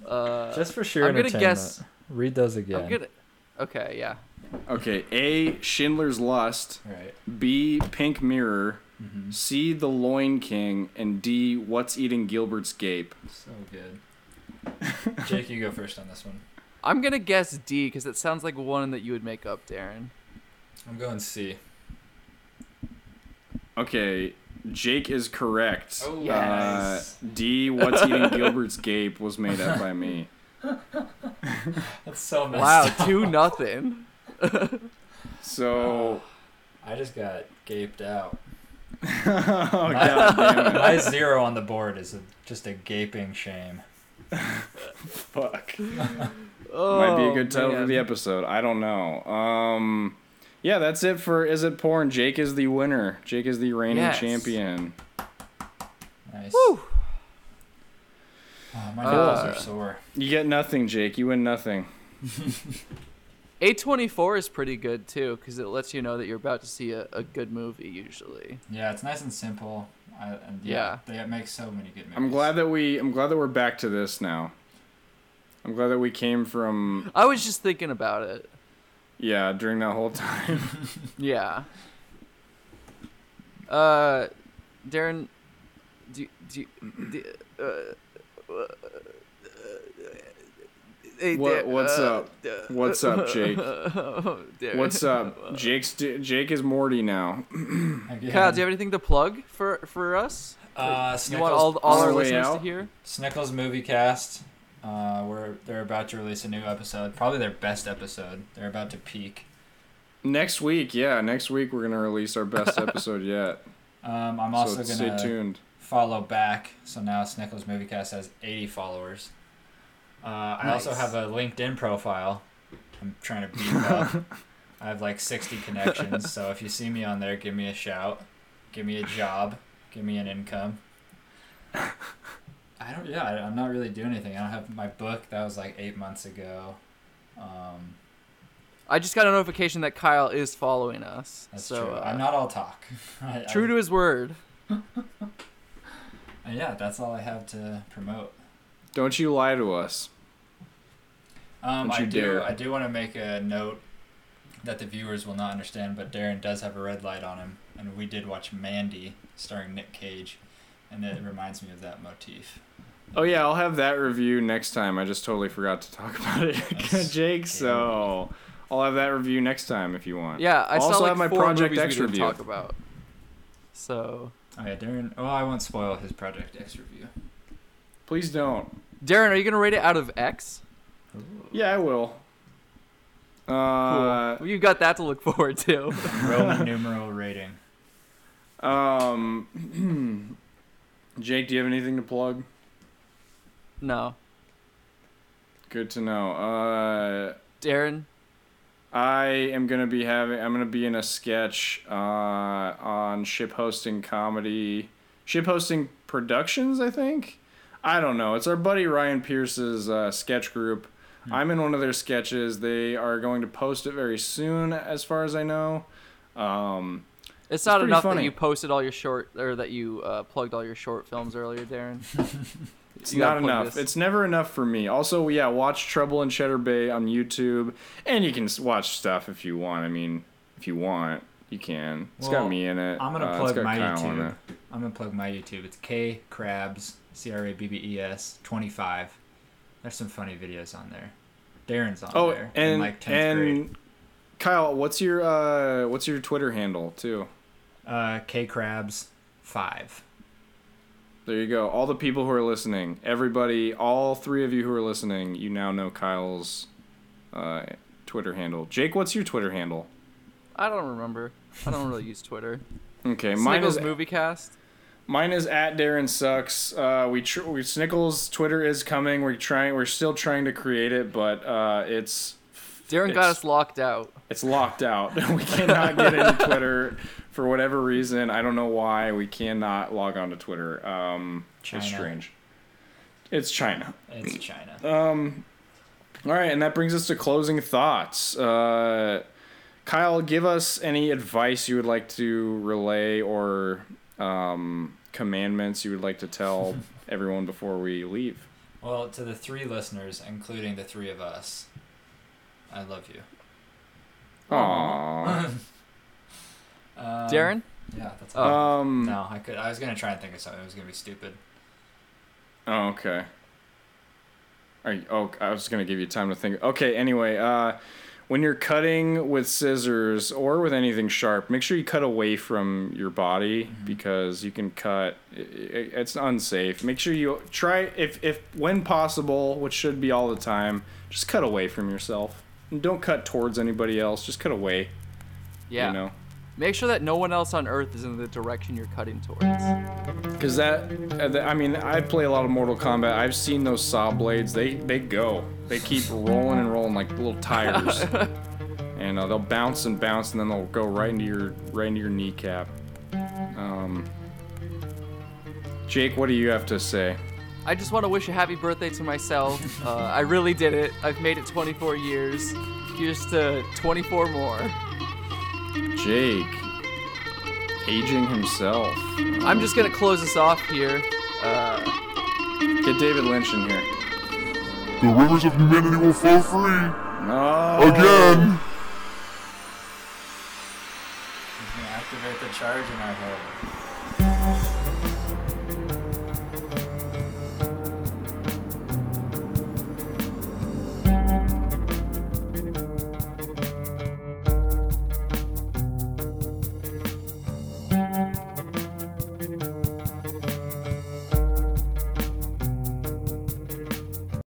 Speaker 1: Uh,
Speaker 3: Just for sheer
Speaker 1: I'm gonna
Speaker 3: entertainment.
Speaker 1: guess-
Speaker 3: Read those again.
Speaker 1: I'm gonna. Okay, yeah.
Speaker 2: Okay, A, Schindler's Lust,
Speaker 3: Right.
Speaker 2: B, Pink Mirror, C, The Loin King, and D, What's Eating Gilbert's Gape.
Speaker 3: So good. Jake, you go first on this one.
Speaker 1: I'm gonna guess D because it sounds like one that you would make up, Darren.
Speaker 3: I'm going C.
Speaker 2: Okay, Jake is correct.
Speaker 3: Oh,
Speaker 1: Yes.
Speaker 2: Uh, D, What's Eating Gilbert's Gape was made up by me.
Speaker 3: That's so messed
Speaker 1: Wow,
Speaker 3: up.
Speaker 1: two nothing.
Speaker 2: So,
Speaker 3: I just got gaped out.
Speaker 2: oh, God damn it.
Speaker 3: My zero on the board is a, just a gaping shame.
Speaker 2: Fuck.
Speaker 1: Oh,
Speaker 2: Might be a good title for
Speaker 1: man.
Speaker 2: the episode. I don't know. Um, yeah, that's it for Is It Porn? Jake is the winner. Jake is the reigning
Speaker 1: Yes.
Speaker 2: champion.
Speaker 3: Nice.
Speaker 1: Woo.
Speaker 3: Oh, my
Speaker 1: Uh,
Speaker 3: nipples are sore.
Speaker 2: You get nothing, Jake. You win nothing.
Speaker 1: A24 is pretty good too because it lets you know that you're about to see a, a good movie usually.
Speaker 3: Yeah, it's nice and simple. I, and
Speaker 1: Yeah.
Speaker 3: yeah, They make so many good movies.
Speaker 2: I'm glad that we I'm glad that we're back to this now. I'm glad that we came from
Speaker 1: I was just thinking about it.
Speaker 2: yeah, during that whole time.
Speaker 1: Yeah. Uh, Darren, do do, do uh, uh, hey,
Speaker 2: What-
Speaker 1: Dar-
Speaker 2: what's
Speaker 1: uh, oh,
Speaker 2: up? What's up, Jake?
Speaker 1: Darren.
Speaker 2: What's up? Jake's Jake is Morty now.
Speaker 3: Again,
Speaker 1: Kyle, do you have anything to plug for for us?
Speaker 3: uh,
Speaker 1: You want
Speaker 3: Snickles-
Speaker 1: all all our
Speaker 2: Way
Speaker 1: listeners to
Speaker 2: out?
Speaker 1: hear?
Speaker 3: Snickles Movie Cast. Uh, we're they're about to release a new episode, probably their best episode. They're about to peak.
Speaker 2: Next week, yeah, next week we're gonna release our best episode yet.
Speaker 3: Um, I'm
Speaker 2: so
Speaker 3: also
Speaker 2: stay
Speaker 3: gonna
Speaker 2: tuned.
Speaker 3: follow back, so now Snickles Movie Cast has 80 followers. Uh, I also
Speaker 1: Nice.
Speaker 3: have a LinkedIn profile. I'm trying to beef up. I have like 60 connections, so if you see me on there, give me a shout, give me a job, give me an income. I don't. Yeah, I, I'm not really doing anything. I don't have my book. That was like eight months ago. Um,
Speaker 1: I just got a notification that Kyle is following us.
Speaker 3: That's
Speaker 1: so,
Speaker 3: true.
Speaker 1: Uh,
Speaker 3: I'm not all talk. I,
Speaker 1: true to his word.
Speaker 3: I, yeah, that's all I have to promote.
Speaker 2: Don't you lie to us.
Speaker 3: Um,
Speaker 2: Don't
Speaker 3: I
Speaker 2: you
Speaker 3: do.
Speaker 2: dare.
Speaker 3: I do want to make a note that the viewers will not understand, but Darren does have a red light on him, and we did watch Mandy starring Nick Cage, and it reminds me of that motif.
Speaker 2: Oh yeah, I'll have that review next time. I just totally forgot to talk about it,
Speaker 3: Nice.
Speaker 2: Jake. So I'll have that review next time if you want.
Speaker 1: Yeah, I
Speaker 2: also
Speaker 1: saw like
Speaker 2: have my
Speaker 1: four
Speaker 2: Project
Speaker 1: movies
Speaker 2: X
Speaker 1: we didn't
Speaker 2: review.
Speaker 1: talk about. So,
Speaker 3: Oh yeah, Darren. Oh, I won't spoil his Project X review.
Speaker 2: Please don't.
Speaker 1: Darren, are you gonna rate it out of X?
Speaker 2: Yeah, I will. Uh,
Speaker 1: Well, you got that to look forward to.
Speaker 3: Roman numeral rating.
Speaker 2: Um, Jake, do you have anything to plug?
Speaker 1: no,
Speaker 2: Good to know. Uh.
Speaker 1: Darren,
Speaker 2: I am gonna be having. I'm gonna be in a sketch uh, on ship hosting comedy, ship hosting productions. I think. I don't know. It's our buddy Ryan Pierce's uh, sketch group.
Speaker 3: Hmm.
Speaker 2: I'm in one of their sketches. They are going to post it very soon, as far as I know. Um,
Speaker 1: it's, not
Speaker 2: pretty
Speaker 1: enough that
Speaker 2: funny.
Speaker 1: you posted all your short or that you uh, plugged all your short films earlier, Darren.
Speaker 2: it's
Speaker 1: You
Speaker 2: not
Speaker 1: gotta plug
Speaker 2: enough.
Speaker 1: this.
Speaker 2: It's never enough for me. Also, yeah, watch Trouble in Cheddar Bay on YouTube, and you can s- watch stuff if you want. I mean, if you want, you can. It's
Speaker 3: Well,
Speaker 2: got me in it.
Speaker 3: I'm
Speaker 2: Uh,
Speaker 3: gonna
Speaker 2: it's
Speaker 3: plug
Speaker 2: got
Speaker 3: my
Speaker 2: Kyle in it.
Speaker 3: YouTube. I'm gonna plug my YouTube. It's K Crabs C R A B B E S twenty five. There's some funny videos on there. Darren's on
Speaker 2: Oh,
Speaker 3: there. in
Speaker 2: and
Speaker 3: like tenth
Speaker 2: and
Speaker 3: grade.
Speaker 2: Kyle, what's your uh, what's your Twitter handle too?
Speaker 3: Uh, K Crabs five.
Speaker 2: There you go. All the people who are listening, everybody, all three of you who are listening, you now know Kyle's uh, Twitter handle. Jake, what's your Twitter handle?
Speaker 1: I don't remember. I don't really use Twitter.
Speaker 2: Okay, mine
Speaker 1: Snickles
Speaker 2: is
Speaker 1: MovieCast.
Speaker 2: mine is at Darren sucks. Uh, we, tr- we Snickles Twitter is coming. We're trying. We're still trying to create it, but uh, it's f-
Speaker 1: Darren got us locked out.
Speaker 2: It's locked out. we cannot get into Twitter for whatever reason. I don't know why. We cannot log on to Twitter. Um,
Speaker 3: China.
Speaker 2: It's strange. It's China.
Speaker 3: It's China.
Speaker 2: All right, and that brings us to closing thoughts. Uh, Kyle, give us any advice you would like to relay or um, commandments you would like to tell everyone before we leave.
Speaker 3: Well, to the three listeners, including the three of us, I love you.
Speaker 2: Aww.
Speaker 3: Um,
Speaker 1: Darren?
Speaker 3: Yeah, that's all.
Speaker 2: Um,
Speaker 3: no, I could. I was gonna try and think of something. It was gonna be stupid.
Speaker 2: Oh, okay. Are you, oh, I was gonna give you time to think. Okay. Anyway, uh, when you're cutting with scissors or with anything sharp, make sure you cut away from your body because you can cut. i- i it's unsafe. Make sure you try if if when possible, which should be all the time. Just cut away from yourself. And don't cut towards anybody else. Just cut away.
Speaker 1: Yeah.
Speaker 2: You know.
Speaker 1: Make sure that no one else on Earth is in the direction you're cutting towards.
Speaker 2: Because that, uh, th- I mean, I play a lot of Mortal Kombat. I've seen those saw blades. They they go. They keep rolling and rolling like little tires, and uh, they'll bounce and bounce, and then they'll go right into your right into your kneecap. Um, Jake, what do you have to say?
Speaker 1: I just want to wish a happy birthday to myself. Uh, I really did it. I've made it 24 years. Here's to 24 more.
Speaker 2: Jake, aging himself.
Speaker 1: I'm just gonna close this off here. Uh,
Speaker 2: Get David Lynch in here.
Speaker 4: The rivers of humanity will flow free
Speaker 2: No.
Speaker 4: again.
Speaker 3: You can activate the charge in our head.